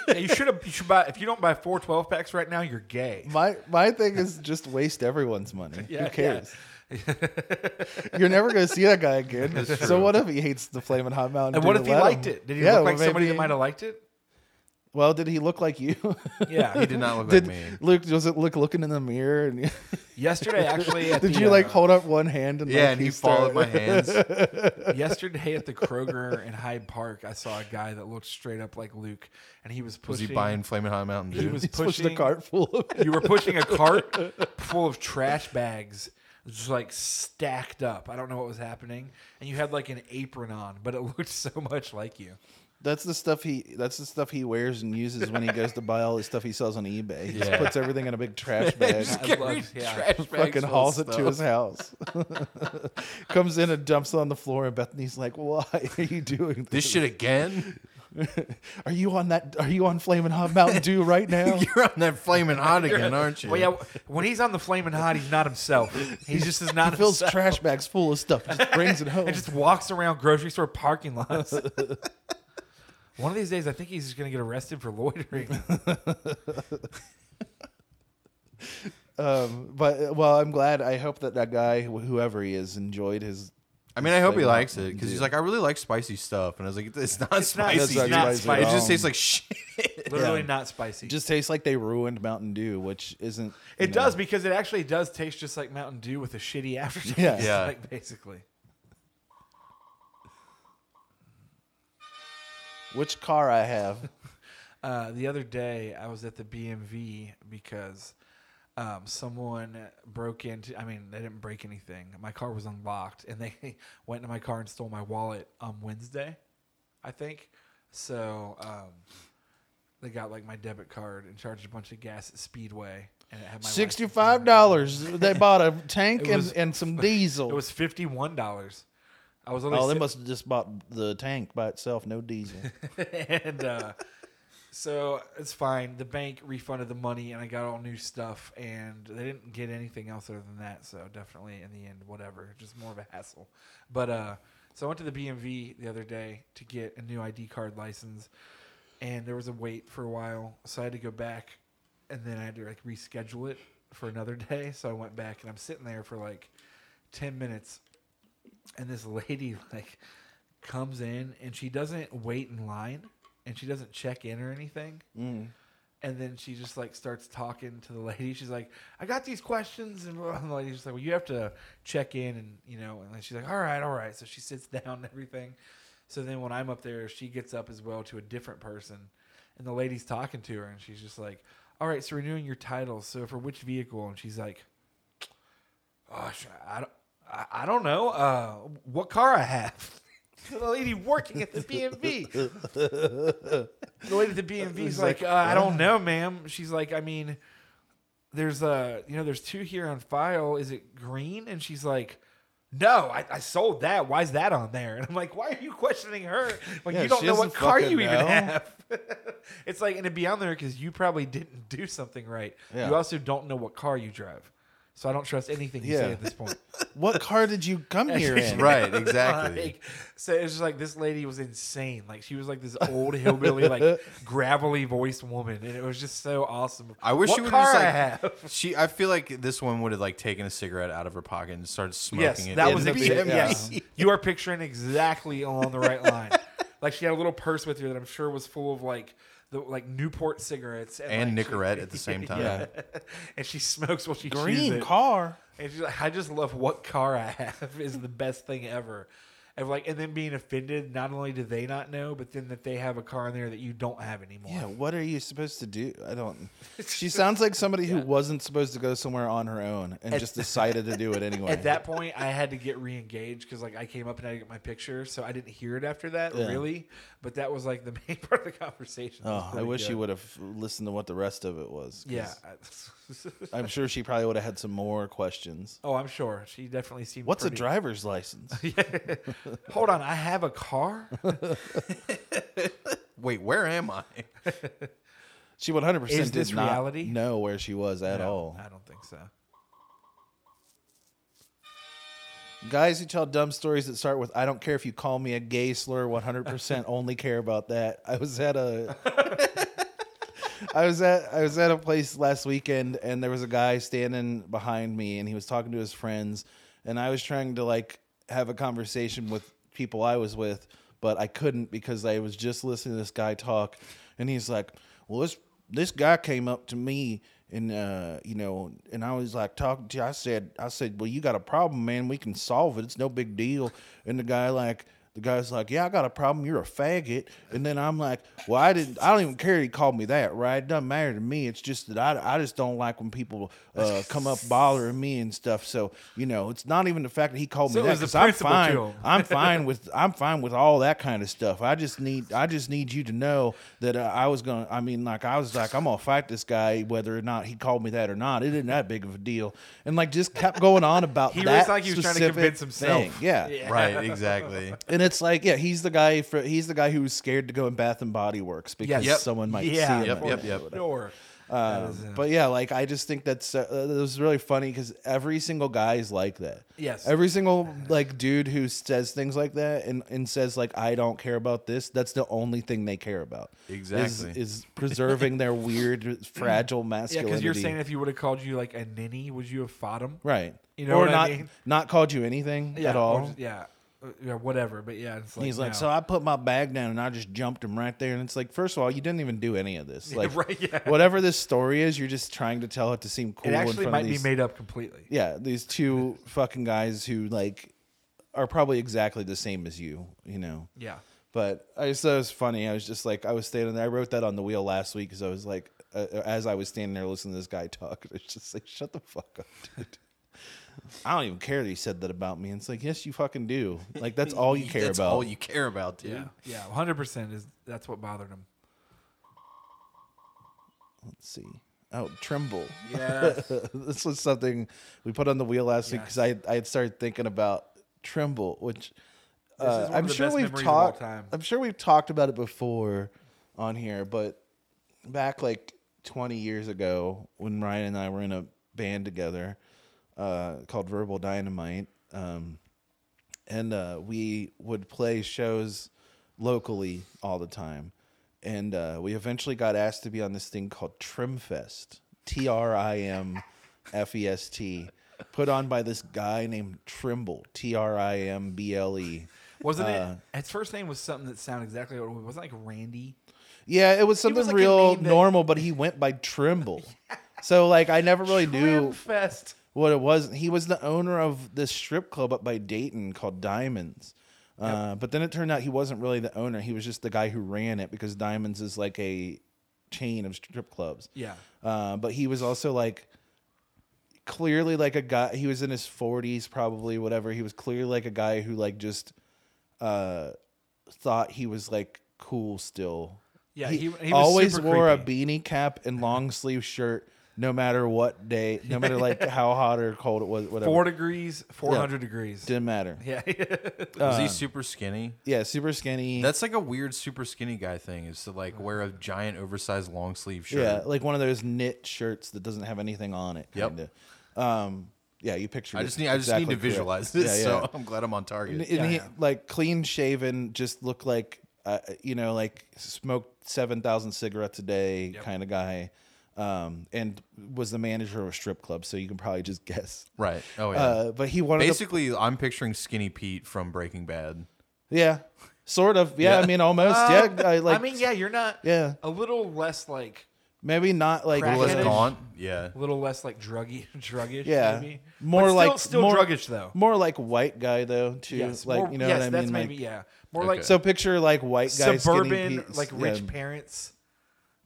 C: Yeah, you should have. You should buy. If you don't buy four 12 packs right now, you're gay.
A: My my thing is just waste everyone's money.
C: Yeah,
A: Who cares? You're never gonna see that guy again.
B: That's
A: So
B: true.
A: what if he hates the flaming hot mountain?
C: And
A: Dew
C: what
A: to
C: if he
A: let
C: liked
A: him?
C: it? Did he
A: Yeah,
C: look like
A: well,
C: somebody
A: maybe-
C: that might have liked it?
A: Well, did he look like you?
C: Yeah,
B: He did not look
A: did
B: like me.
A: Luke was it Luke looking in the mirror? And
C: Yesterday, actually, at
A: did
C: the,
A: you like
C: uh,
A: hold up one hand and
B: Yeah,
A: like,
B: and he
A: he's throwing-
B: followed my hands.
C: yesterday at the Kroger in Hyde Park? I saw a guy that looked straight up like Luke, and he was
B: Was
C: pushing.
B: he buying Flamin' Hot Mountain Dew?
C: He was
A: He's pushing
C: pushing
A: the cart full of it.
C: You were pushing a cart full of trash bags, just like stacked up. I don't know what was happening, and you had like an apron on, but it looked so much like you.
A: That's the stuff he. That's the stuff he wears and uses when he goes to buy all the stuff he sells on eBay. He just
B: Yeah.
A: puts everything in a big trash bag.
C: I loved, yeah.
A: fucking hauls it to
B: us.
A: his house. Comes in and dumps it on the floor, and Bethany's like, "Why are you doing
B: This
A: this?
B: shit again?
A: Are you on that? Are you on flaming hot Mountain Dew right now?
B: You're on that flaming hot again, aren't you?
C: Well, yeah. When he's on the flaming hot, he's not himself. He just is not
A: he fills
C: himself.
A: trash bags full of stuff, and just brings it home.
C: and just walks around grocery store parking lots. One of these days, I think he's just going to get arrested for loitering.
A: um, but well, I'm glad. I hope that that guy, wh- whoever he is, enjoyed his.
B: I mean, I hope he
A: Flamin' Hot
B: likes it
A: Mountain
B: because
A: Dew.
B: he's like, I really like spicy stuff, and I was like, it's not
C: not-
B: spicy.
C: it's
B: dude.
C: not
B: It
C: spicy
B: just tastes
A: like.
B: like shit.
C: Literally not spicy.
A: It just tastes like they ruined Mountain Dew, which isn't.
C: it
A: you know,
C: does because it actually does taste just like Mountain Dew with a shitty aftertaste.
A: Yeah.
B: Yeah.
C: Like basically.
A: Which car I have?
C: Uh, the other day, I was at the BMV because um, someone broke into. I mean, they didn't break anything. My car was unlocked, and they went into my car and stole my wallet on Wednesday, I think. So um, they got like my debit card and charged a bunch of gas at Speedway, and it had my license on it.
A: Sixty-five dollars. They bought a tank
C: It
A: and,
C: was-
A: and some diesel.
C: It was fifty one dollars. I was only
A: Oh, they
C: si-
A: must have just bought the tank by itself, no diesel.
C: and uh, so it's fine. The bank refunded the money, and I got all new stuff, and they didn't get anything else other than that. So definitely, in the end, whatever, just more of a hassle. But uh, so I went to the BMV the other day to get a new ID card license, and there was a wait for a while, so I had to go back, and then I had to like reschedule it for another day. So I went back, and I'm sitting there for like ten minutes and this lady like comes in and she doesn't wait in line and she doesn't check in or anything and then she just like starts talking to the lady she's like i got these questions and, blah, blah, blah. the lady's just like well you have to check in and you know and then she's like all right all right so she sits down and everything so then when i'm up there she gets up as well to a different person and the lady's talking to her and she's just like all right so renewing your title so for which vehicle and she's like gosh, I don't, I, I don't know uh, what car I have. To the lady working at the BMV. the lady at the BMV is like, uh, I don't know, ma'am. She's like, I mean, there's uh, you know, there's two here on file. Is it green? And she's like. No, I, I sold that. Why's that on there? And I'm like, why are you questioning her? Like,
A: Yeah,
C: you don't
A: she
C: know what
A: doesn't
C: car
A: fucking
C: you even
A: know.
C: have. it's like, and it'd be on there because you probably didn't do something right.
A: Yeah.
C: You also don't know what car you drive. so I don't trust anything you
A: Yeah.
C: say at this point.
A: What car did you come here in?
B: Right, exactly.
C: Like, so it's just like this lady was insane. Like she was like this old hillbilly, like gravelly voiced woman, and it was just so awesome.
B: I wish
C: What
B: she would
C: car
B: just like
C: I have.
B: she. I feel like this one would have like taken a cigarette out of her pocket and started smoking
C: Yes,
B: it.
C: that
B: in
C: was
B: the
C: ex-
A: BMX.
C: yes. You are picturing exactly along the right line. like she had a little purse with her that I'm sure was full of like the like Newport cigarettes
B: and
C: like, she-
B: Nicorette at the same time.
C: and she smokes while she chews
A: Green
C: it.
A: car.
C: And she's like, I just love what car I have is the best thing ever. And like, and then being offended. Not only do they not know, but then that they have a car in there that you don't have anymore.
A: Yeah, what are you supposed to do? I don't. She sounds like somebody who wasn't supposed to go somewhere on her own and just decided to do it anyway.
C: At that point, I had to get re-engaged because like I came up and I got my picture, so I didn't hear it after that
A: Yeah.
C: really. But that was like the main part of the conversation. It was
A: oh, I
C: pretty
A: wish you
C: good.
A: would have listened to what the rest of it was. 'cause
C: Yeah.
A: I'm sure she probably would have had some more questions.
C: oh, I'm sure she definitely seemed.
A: What's a
C: pretty-
A: driver's license?
C: Hold on, I have a car.
B: Wait, where am I?
A: She 100
C: Is
A: percent
C: this
A: did not
C: reality?
A: know where she was at
C: No,
A: all.
C: I don't think so.
A: Guys who tell dumb stories that start with "I don't care if you call me a gay slur," 100 percent only care about that. I was at a. I was at I was at a place last weekend and there was a guy standing behind me and he was talking to his friends and I was trying to like have a conversation with people I was with but I couldn't because I was just listening to this guy talk and he's like, "Well, this this guy came up to me and uh, you know, and I was like talking to I said I said, "Well, you got a problem, man. We can solve it. It's no big deal." And the guy like the guy's like, "Yeah, I got a problem. You're a faggot." And then I'm like, "Well, I didn't. I don't even care. He called me that, right? It doesn't matter to me. It's just that I, I just don't like when people uh, come up bothering me and stuff. So you know, it's not even the fact that he called
C: So it
A: me that
C: was the
A: 'cause I'm
C: principle to
A: fine.
C: him.
A: I'm fine with I'm fine with all that kind of stuff. I just need I just need you to know that uh, I was gonna. I mean, like I was like I'm gonna fight this guy whether or not he called me that or not. It isn't that big of a deal. And like just kept going on about
C: He
A: that.
C: was like he was trying to
A: specific
C: convince himself.
A: thing. Yeah.
B: Right, exactly.
A: And it's like, yeah, he's the guy. For, he's the guy who was scared to go in Bath and Body Works because
B: Yep.
A: someone might
C: yeah.
A: see him.
B: Yep,
C: for
A: in
B: yep,
A: it.
B: yep.
C: Sure. That is, uh,
A: But yeah, like I just think that's uh, that was really funny because every single guy is like that.
C: Yes.
A: Every single like dude who says things like that and and says like I don't care about this. That's the only thing they care about. is-
B: Exactly.
A: Is, preserving their weird fragile
C: yeah,
A: masculinity.
C: because you're saying if you would have called you like a ninny, would you have fought him?
A: right.
C: You know
A: or
C: what I
A: not
C: mean?
A: not called you anything
C: Yeah,
A: at
C: or
A: all.
C: just- yeah, Uh, yeah, whatever. But yeah, it's like
A: He's like,
C: no.
A: so I put my bag down and I just jumped him right there. And it's like, first of all, you didn't even do any of this. Like,
C: right, yeah.
A: whatever this story is, you're just trying to tell it to seem cool.
C: it
A: in
C: actually
A: front
C: might
A: of
C: be
A: these,
C: made up completely.
A: Yeah, these two fucking guys who like are probably exactly the same as you. You know.
C: Yeah.
A: But I just thought it was funny. I was just like, I was standing there. I wrote that on the wheel last week because I was like, uh, as I was standing there listening to this guy talk, it's just like, shut the fuck up, dude. I don't even care that he said that about me. And it's like, yes, you fucking do. Like that's all you care
B: That's
A: about.
B: all you care about, dude.
C: Yeah, yeah, hundred percent is that's what bothered him.
A: Let's see. Oh, Trimble.
C: Yeah,
A: this was something we put on the wheel last week
C: Yes.
A: 'cause week because I, I had started thinking about Trimble, which uh,
C: is one of
A: I'm
C: the
A: sure
C: best
A: we've
C: memories of all
A: talked.
C: time.
A: I'm sure we've talked about it before on here, but back like 20 years ago when Ryan and I were in a band together uh, called Verbal Dynamite, um, and uh, we would play shows locally all the time. And uh, we eventually got asked to be on this thing called Trimfest, T R I M F E S T, put on by this guy named Trimble, T R I M B L E.
C: wasn't it? His first name was something that sounded exactly like wasn't it like Randy.
A: Yeah, it was something
C: like a
A: real
C: name that-
A: normal, but he went by Trimble. So like I never really knew
C: Fest.
A: what it was. He was the owner of this strip club up by Dayton called Diamonds. Uh, but then it turned out he wasn't really the owner. He was just the guy who ran it because Diamonds is like a chain of strip clubs.
C: Yeah,
A: Uh, but he was also like clearly like a guy. He was in his forties, probably whatever. He was clearly like a guy who like just uh, thought he was like cool still.
C: Yeah, he- he was
A: always
C: super
A: wore
C: creepy.
A: a beanie cap and long sleeve shirt, no matter what day, no matter like how hot or cold it was, whatever.
C: four degrees, four hundred degrees.
A: Didn't matter.
C: Yeah,
B: Was
C: Um,
B: he super skinny?
A: Yeah, super skinny.
B: That's like a weird super skinny guy thing is to like wear a giant oversized long sleeve shirt.
A: yeah, like one of those knit shirts that doesn't have anything on it.
B: Yep.
A: Kinda. Um, yeah, you picture.
B: I just need I just need to visualize this. So I'm glad I'm on
A: and,
B: target.
A: and he
C: yeah.
A: like clean shaven, just looked like uh, you know, like smoked seven thousand cigarettes a day kind of guy, um, and was the manager of a strip club. So you can probably just guess.
B: right. Oh yeah.
A: Uh, but he wanted to,
B: Basically, I'm picturing Skinny Pete from Breaking Bad.
A: yeah, sort of, yeah. I mean, almost, yeah. I, like,
C: Uh, I mean, yeah, you're not.
A: yeah,
C: a little less like
A: maybe not like
C: Little
B: Was
C: Crackheadish.
B: Daunt? Yeah.
C: a little less like druggy, druggish.
A: Yeah.
C: maybe.
A: More
C: But still-
A: like-
C: still
A: more-
C: druggish though.
A: more like white guy though, too.
C: yes,
A: like
C: more-
A: you know
C: yes,
A: what I
C: that's
A: mean.
C: maybe
A: like,
C: yeah, more
B: Okay.
C: like
A: So picture like white guy, skinny
C: suburban,
A: Pete's-
C: like rich
A: yeah.
C: parents,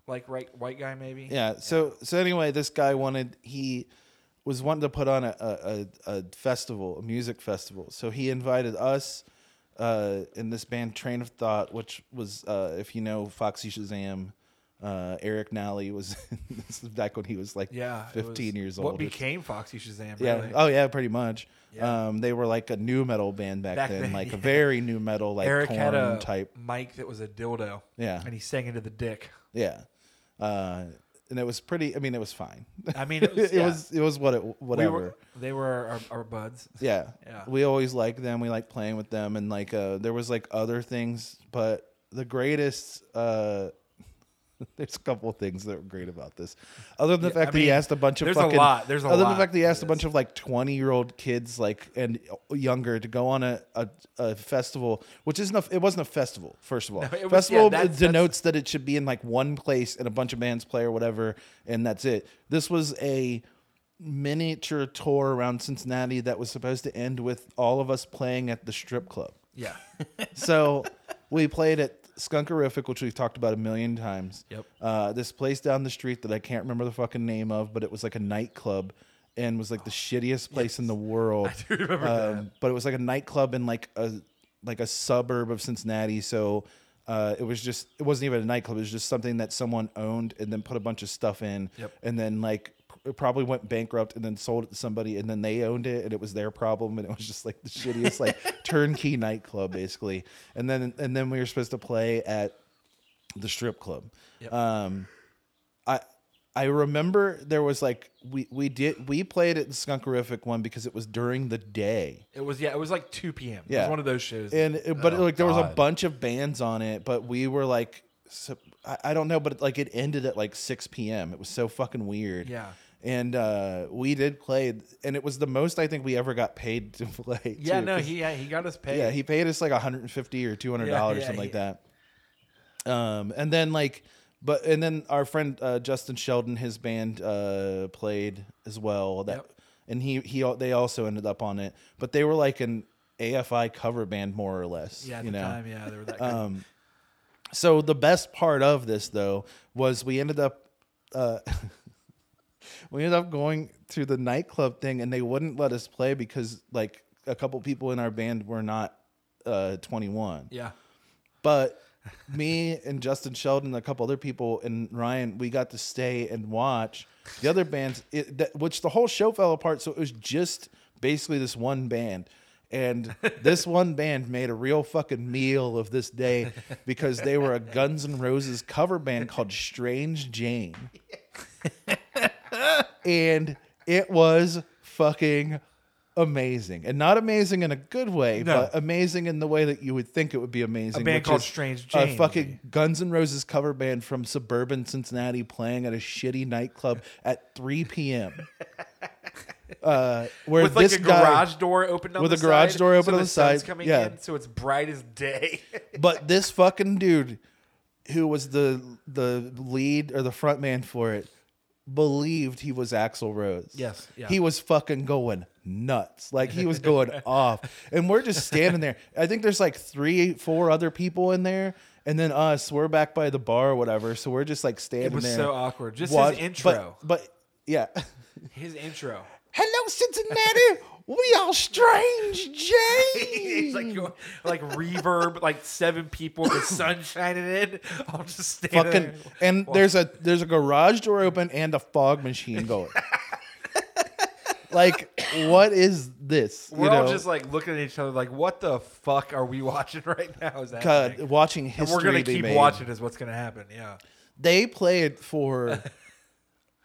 C: like right white guy maybe.
A: Yeah. So so anyway, this guy wanted he was wanting to put on a a, a, a festival, a music festival. So he invited us uh, in this band Train of Thought, which was uh, if you know Foxy Shazam. Uh, Eric Nally was this is back when he was like
C: yeah. it
A: 15
C: was-
A: years
C: What
A: old. or
C: became Foxy Shazam?
A: Yeah.
C: Really.
A: Oh yeah, pretty much.
C: Yeah.
A: Um, they were like a new metal band back,
C: Back
A: then,
C: then,
A: like a
C: yeah.
A: very new metal, like
C: Eric had
A: Korn
C: a
A: type.
C: mic that was a dildo.
A: Yeah.
C: and he sang into the dick.
A: Yeah. Uh, and it was pretty. I mean, it was fine.
C: I mean, it was.
A: it, was it was what it
C: yeah.
A: whatever.
C: We were, they were our, our buds.
A: yeah.
C: Yeah.
A: We always liked them. We liked playing with them, and like uh, there was like other things, but the greatest. Uh, there's a couple of things that were great about this, other than the
C: Yeah,
A: fact
C: I
A: that he
C: mean,
A: asked a bunch of
C: there's a
A: fucking.
C: lot- there's a
A: other than
C: lot
A: the fact that he
C: to
A: asked a bunch
C: this.
A: of like 20 year old kids, like and younger, to go on a, a, a festival, which isn't a, it wasn't a festival. First of all,
C: it was- yeah,
A: festival
C: that's- that's-
A: denotes that it should be in like one place and a bunch of bands play or whatever, and that's it. This was a miniature tour around Cincinnati that was supposed to end with all of us playing at the strip club.
C: Yeah.
A: So we played at Skunkerific, which we've talked about a million times.
C: Yep.
A: Uh, this place down the street that I can't remember the fucking name of, but it was like a nightclub and was like the shittiest place in the world. Oh, I do remember that. But it was like a nightclub in like a like a suburb of Cincinnati, so. Uh, it was just it wasn't even a nightclub it was just something that someone owned and then put a bunch of stuff in
C: Yep.
A: and then like pr- it probably went bankrupt and then sold it to somebody and then they owned it and it was their problem and it was just like the shittiest like turnkey nightclub basically and then and then we were supposed to play at the strip club
C: Yep.
A: um i I remember there was like we we did we played at the Skunkerific one because it was during the day.
C: It was yeah. It was like 2 p.m. It
A: Yeah.
C: was one of those shows.
A: And but
B: Oh,
A: like there was a
B: God.
A: bunch of bands on it, but we were like, so, I, I don't know, but like it ended at like six p.m. It was so fucking weird.
C: Yeah.
A: And uh, we did play, and it was the most I think we ever got paid to play.
C: yeah,
A: too,
C: no,
A: 'cause-
C: he yeah, he got us paid.
A: yeah, he paid us like 150 or 200 dollars,
C: Yeah, yeah,
A: something like that. Um, and then like, but and then our friend uh, Justin Sheldon, his band uh, played as well. That
C: Yep.
A: and he he al- they also ended up on it, but they were like an AFI cover band more or less.
C: yeah, at
A: you
C: the
A: know.
C: time, yeah, they were that. good.
A: Um, so the best part of this though was we ended up uh, we ended up going to the nightclub thing and they wouldn't let us play because like a couple people in our band were not uh, 21
C: yeah,
A: but me and Justin Sheldon, and a couple other people, and Ryan, we got to stay and watch the other bands, it, that, which the whole show fell apart. So it was just basically this one band. And this one band made a real fucking meal of this day because they were a Guns N' Roses cover band called Strange Jane. and it was fucking amazing. And not amazing in a good way,
C: No.
A: but amazing in the way that you would think it would be amazing
C: A band
A: which
C: called
A: is
C: Strange
A: A
C: Jane.
A: fucking Guns N' Roses cover band from suburban Cincinnati playing at a shitty nightclub at 3 p.m. Uh, where
C: with like
A: this
C: a
A: guy,
C: garage door open on
A: with
C: the
A: a garage
C: side,
A: door open
C: so
A: on
C: the
A: the side,
C: sun's coming
A: yeah.
C: in, so it's bright as day.
A: but this fucking dude who was the the lead or the front man for it believed he was Axl Rose.
C: Yes, yeah.
A: He was fucking going nuts. Like he was going off. And we're just standing there. I think there's like three, four other people in there. And then us, we're back by the bar or whatever. So we're just like standing
C: it was
A: there.
C: so awkward. Just
A: Watch-
C: his
A: but-
C: intro,
A: but yeah.
C: his intro.
A: Hello, Cincinnati. we are strange, Jane.
C: It's like going- like reverb, like seven people, the sun shining in. I'll just stand
A: fucking
C: there.
A: and there's a there's a garage door open and a fog machine going. like, what is this?
C: We're
A: you know,
C: all just like looking at each other, like, "What the fuck are we watching right now?" Is that
A: God, watching history.
C: and we're gonna
A: be
C: keep
A: made.
C: watching is what's gonna happen. Yeah,
A: They played for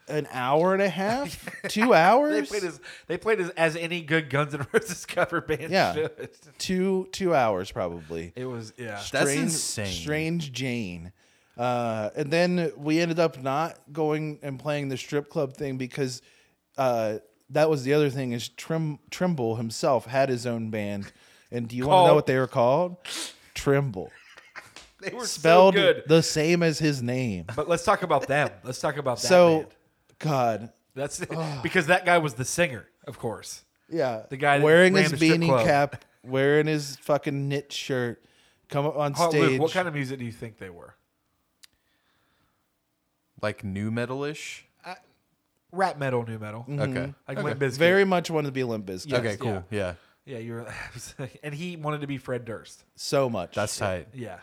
A: an hour and a half, two hours.
C: They played as they played as, as any good Guns N' Roses cover band
A: Yeah.
C: should.
A: two two hours probably.
C: It was yeah.
B: That's insane.
A: Strange Jane. Uh, and then we ended up not going and playing the strip club thing because uh, that was the other thing is Trim Trimble himself had his own band, and do you want to know
C: Called-
A: what they were called? Trimble,
C: They were
A: spelled
C: so good.
A: the same as his name.
C: but let's talk about them. Let's talk about that.
A: so,
C: band.
A: God,
C: that's because that guy was the singer, of course.
A: yeah, the
C: guy that
A: wearing
C: ran
A: his
C: the strip
A: beanie
C: club.
A: cap, wearing his fucking knit shirt, come up on
C: Oh,
A: stage.
C: Luke, what kind of music do you think they were?
B: like new metalish.
C: Rap metal, new metal,
B: Okay.
C: Mm-hmm. like Limp Bizkit.
A: Mm-hmm. Very much wanted to be Limp Bizkit.
C: Yes,
B: okay. Cool. Yeah.
C: Yeah, you were, and he wanted to be Fred Durst.
A: So much.
B: That's tight.
C: Yeah,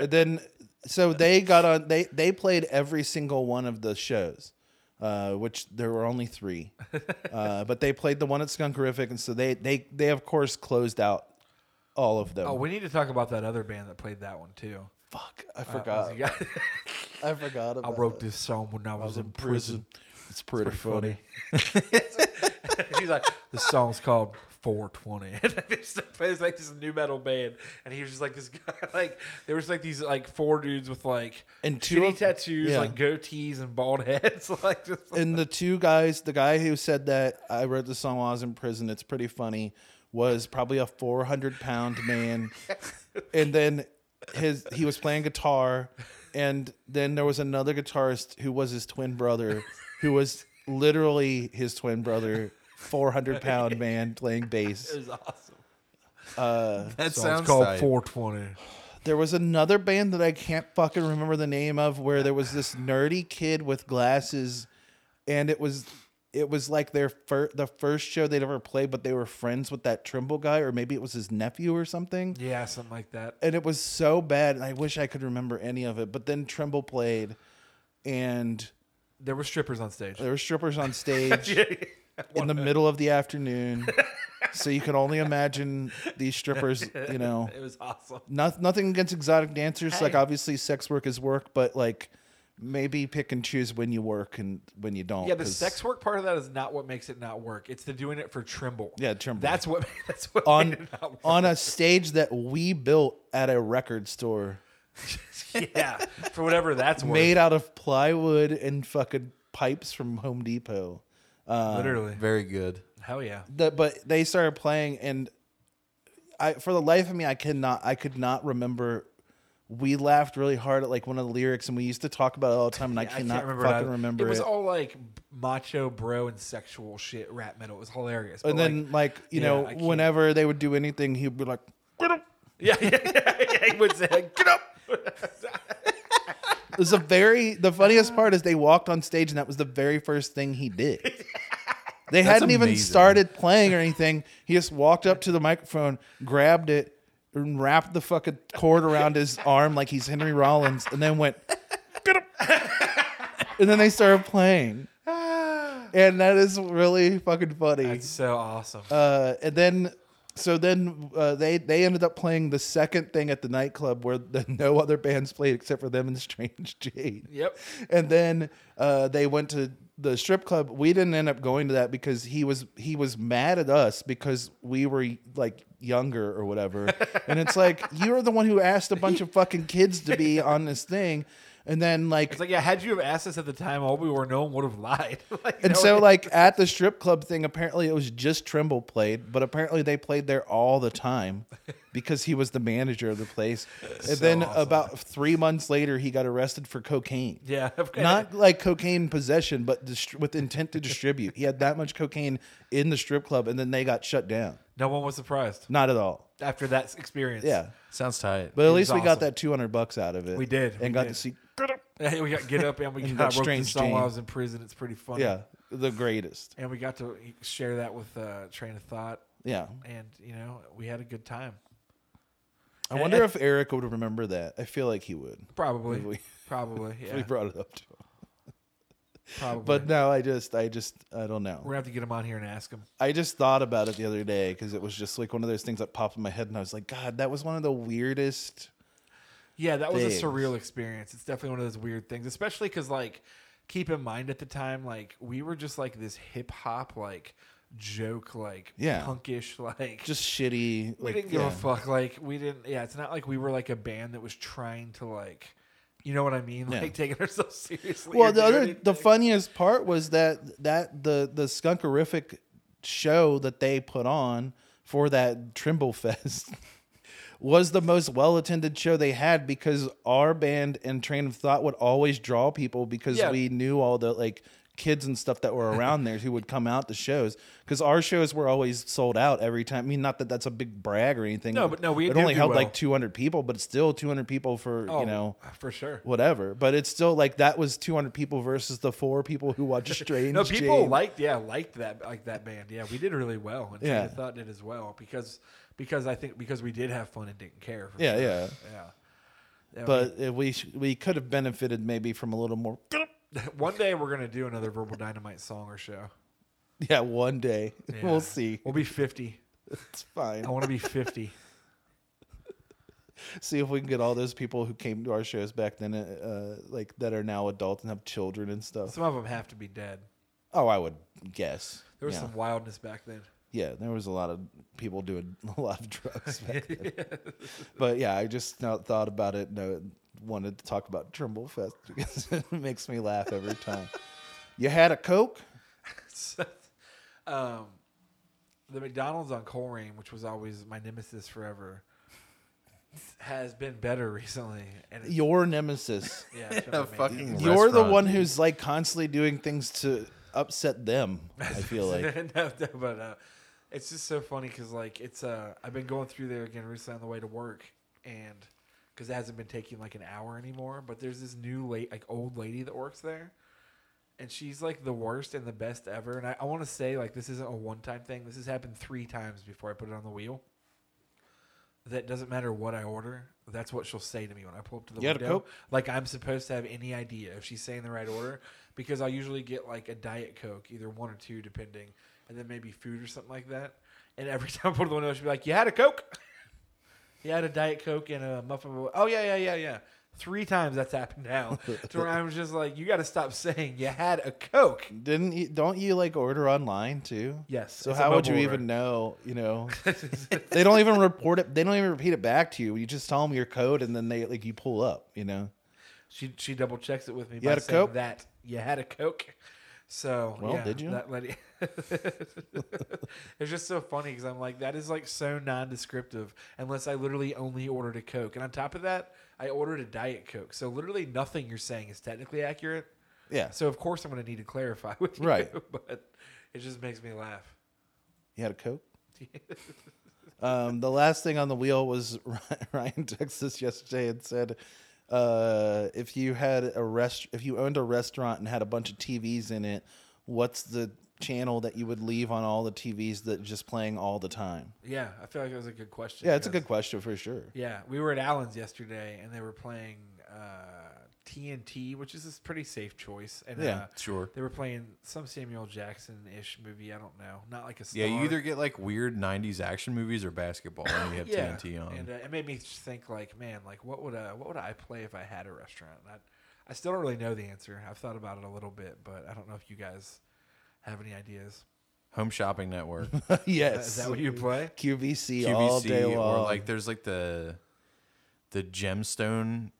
A: And then so they got on they they played every single one of the shows uh, which there were only three uh, but they played the one at skunkerific and so they they they of course closed out all of them
C: Oh, we need to talk about that other band that played that one too.
A: fuck i forgot i forgot
C: I
A: about
C: wrote
A: that.
C: this song when I was, in prison.
A: prison it's pretty funny
C: He's like, the song's called 420. And it's it's like this new metal band, and he was just like this guy. Like there was like these like four dudes with like
A: And two
C: shitty
A: of-
C: tattoos,
A: yeah.
C: like goatees and bald heads. Like just
A: and the two guys the guy who said that i wrote the song while i was in prison it's pretty funny was probably a 400 pound man and then his he was playing guitar and then there was another guitarist who was his twin brother who was literally his twin brother 400 pound man playing bass
C: it was awesome.
B: That
C: Song's
B: sounds
C: called
B: tight.
C: 420.
A: There was another band that I can't fucking remember the name of where there was this nerdy kid with glasses and it was it was like their fir- the first show they'd ever played but they were friends with that Trimble guy or maybe it was his nephew or something
C: Yeah, something like that.
A: and it was so bad and I wish I could remember any of it but then Trimble played and
C: There were strippers on stage.
A: there were strippers on stage in the middle of the afternoon so you can only imagine these strippers you know
C: It was awesome.
A: not, nothing against exotic dancers. Like
C: Hey.
A: obviously, sex work is work, but like maybe pick and choose when you work and when you don't.
C: Yeah, the
A: 'cause
C: sex work part of that is not what makes it not work. It's the doing it for Trimble.
A: Yeah, Trimble.
C: That's what. That's what made
A: on
C: it not work.
A: on a stage that we built at a record store,
C: yeah, for whatever that's worth.
A: made out of plywood and fucking pipes from Home Depot.
C: literally.
B: Very good.
C: Hell yeah.
A: The, but they started playing, and I for the life of me, I cannot, I could not remember. We laughed really hard at like one of the lyrics, and we used to talk about it all the time, and I
C: I can't
A: cannot
C: remember. what
A: fucking
C: I-
A: remember
C: It was
A: it.
C: all like macho bro and sexual shit rap metal. It was hilarious.
A: and
C: but,
A: then like you
C: yeah,
A: know
C: I can't-
A: whenever they would do anything he'd be like
C: yeah, yeah, yeah, yeah, he would say, "Get up."
A: it was a very the funniest part is they walked on stage and that was the very first thing he did they hadn't even
B: amazing.
A: started playing or anything he just walked up to the microphone grabbed it and wrapped the fucking cord around his arm like he's henry rollins and then went "Get up." and then they started playing and that is really fucking funny
C: It's so awesome.
A: uh, and then so then uh, they they ended up playing the second thing at the nightclub where the, no other bands played except for them and Strange Jade.
C: Yep.
A: And then uh, they went to the strip club. We didn't end up going to that because he was he was mad at us because we were like younger or whatever. and it's like you're the one who asked a bunch of fucking kids to be on this thing. And then
C: it's like, yeah, had you have asked us at the time, all we were, no one would have lied. like,
A: And
C: no
A: so,
C: one-
A: like at the strip club thing, apparently it was just Trimble played, but apparently they played there all the time because he was the manager of the place. And then about three months later, he got arrested for cocaine.
C: yeah, of course.
A: Not like cocaine possession, but dist- with intent to distribute. He had that much cocaine in the strip club, and then they got shut down.
C: No one was surprised
A: Not at all.
C: after that experience.
A: Yeah,
B: Sounds tight.
A: but at least we got
C: awesome.
A: that two hundred bucks out of it.
C: We did,
A: and
C: we
A: got
C: did.
A: to see.
C: Hey, we got get up and we
A: And
C: got,
A: that
C: I wrote
A: strange
C: this song while
A: Jane.
C: I was in prison. It's pretty funny.
A: Yeah, the greatest.
C: and we got to share that with uh, Train of Thought,
A: Yeah,
C: and you know, we had a good time.
A: I wonder if Eric would remember that. I feel like he would.
C: Probably,
A: We-
C: probably,
A: We
C: yeah,
A: brought it up to him.
C: probably.
A: But no, I just, I just, I don't
C: we're
A: know.
C: gonna have to get him on here and ask him.
A: I just thought about it the other day because it was just like one of those things that popped in my head, and I was like, God, that was one of the weirdest.
C: Yeah, that was
A: things.
C: a surreal experience. It's definitely one of those weird things, especially because like keep in mind at the time, like we were just like this hip hop like joke like
A: Yeah.
C: punkish like
A: Just shitty.
C: we
A: like,
C: didn't give
A: yeah.
C: a fuck. Like we didn't. Yeah, it's not like we were like a band that was trying to like, you know what I mean?
A: Yeah.
C: Like taking ourselves seriously.
A: Well,
C: or
A: the
C: doing
A: other
C: anything.
A: the funniest part was that that the the skunkerific show that they put on for that Trimble Fest was the most well attended show they had because our band and Train of Thought would always draw people because
C: Yeah.
A: we knew all the like kids and stuff that were around there who would come out to shows because our shows were always sold out every time. I mean, not that that's a big brag or anything.
C: No, but no, we
A: it
C: did
A: only
C: do
A: held
C: well.
A: like 200 people, but it's still 200 people for
C: Oh,
A: you know
C: for sure.
A: whatever. But it's still like that was 200 people versus the four people who watched Strange.
C: No, people
A: Jane.
C: liked yeah liked that like that band. Yeah, we did really well, and
A: Yeah.
C: yeah. thought did as well because because I think because we did have fun and didn't care. for
A: Yeah,
C: sure.
A: yeah.
C: yeah.
A: But if we sh- we could have benefited maybe from a little more.
C: one day we're gonna do another Verbal Dynamite song or show.
A: Yeah, one day
C: Yeah.
A: we'll see.
C: We'll be fifty.
A: It's fine.
C: I want to be fifty.
A: See if we can get all those people who came to our shows back then, uh, like that are now adults and have children and stuff.
C: Some of them have to be dead.
A: Oh, I would guess.
C: There was
A: yeah.
C: some wildness back then.
A: yeah, there was a lot of people doing a lot of drugs back then. but yeah, I just now thought about it and uh, wanted to talk about Trimble Fest because it makes me laugh every time. you had a Coke?
C: um, the McDonald's on Coleraine, which was always my nemesis forever, has been better recently. And it's,
A: Your nemesis.
C: yeah, it's been
B: A
C: amazing.
B: fucking
A: You're the
B: restaurant.
A: one who's like constantly doing things to upset them, I feel like.
C: no, no, but uh, it's just so funny because like it's uh, I've been going through there again recently on the way to work, and because it hasn't been taking like an hour anymore. But there's this new late like old lady that works there, and she's like the worst and the best ever. And I, I want to say like this isn't a one time thing. This has happened three times before I put it on the wheel. That doesn't matter what I order. That's what she'll say to me when I pull up to the
A: You had a
C: window.
A: Coke?
C: Like I'm supposed to have any idea if she's saying the right order because I usually get like a diet coke, either one or two, depending, and then maybe food or something like that. And every time I pull up to the window, she'll be like, "You had a coke." He had a Diet Coke and a muffin. Oh yeah, yeah, yeah, yeah. Three times that's happened now. to where I was just like, you got to stop saying you had a Coke.
A: Didn't you, don't you like order online too?
C: Yes,
A: So
C: it's a
A: how would you
C: mobile order.
A: even know, you know? they don't even report it. They don't even repeat it back to you. You just tell them your code and then they like you pull up, you know?
C: She she double checks it with me.
A: You
C: by
A: had a
C: saying
A: Coke?
C: That you had a Coke. So
A: Well,
C: yeah,
A: did you?
C: That lady. it's just so funny because I'm like, that is like so non-descriptive. Unless I literally only ordered a Coke, and on top of that, I ordered a Diet Coke. So literally nothing you're saying is technically accurate.
A: Yeah.
C: So of course I'm going to need to clarify with you.
A: Right.
C: But it just makes me laugh.
A: You had a Coke? um, the last thing on the wheel was Ry- Ryan texted us yesterday and said, uh, if you had a rest, if you owned a restaurant and had a bunch of TVs in it, what's the channel that you would leave on all the TVs that just playing all the time?
C: Yeah, I feel like that was a good question.
A: Yeah, it's a
C: because-
A: good question for sure.
C: Yeah, we were at Allen's yesterday, and they were playing uh, TNT, which is a pretty safe choice. And,
A: Yeah,
C: uh,
B: sure.
C: They were playing some Samuel Jackson ish movie. I don't know, not like a star.
B: Yeah, you either get like weird '90s action movies or basketball, and you have
C: yeah.
B: TNT on.
C: And uh, it made me just think, like, man, like what would uh, what would I play if I had a restaurant? And I, I still don't really know the answer. I've thought about it a little bit, but I don't know if you guys have any ideas.
B: Home Shopping Network,
A: yes.
C: Is that what you play?
A: QVC, all day
B: QVC,
A: long.
B: or like there's like the the gemstone.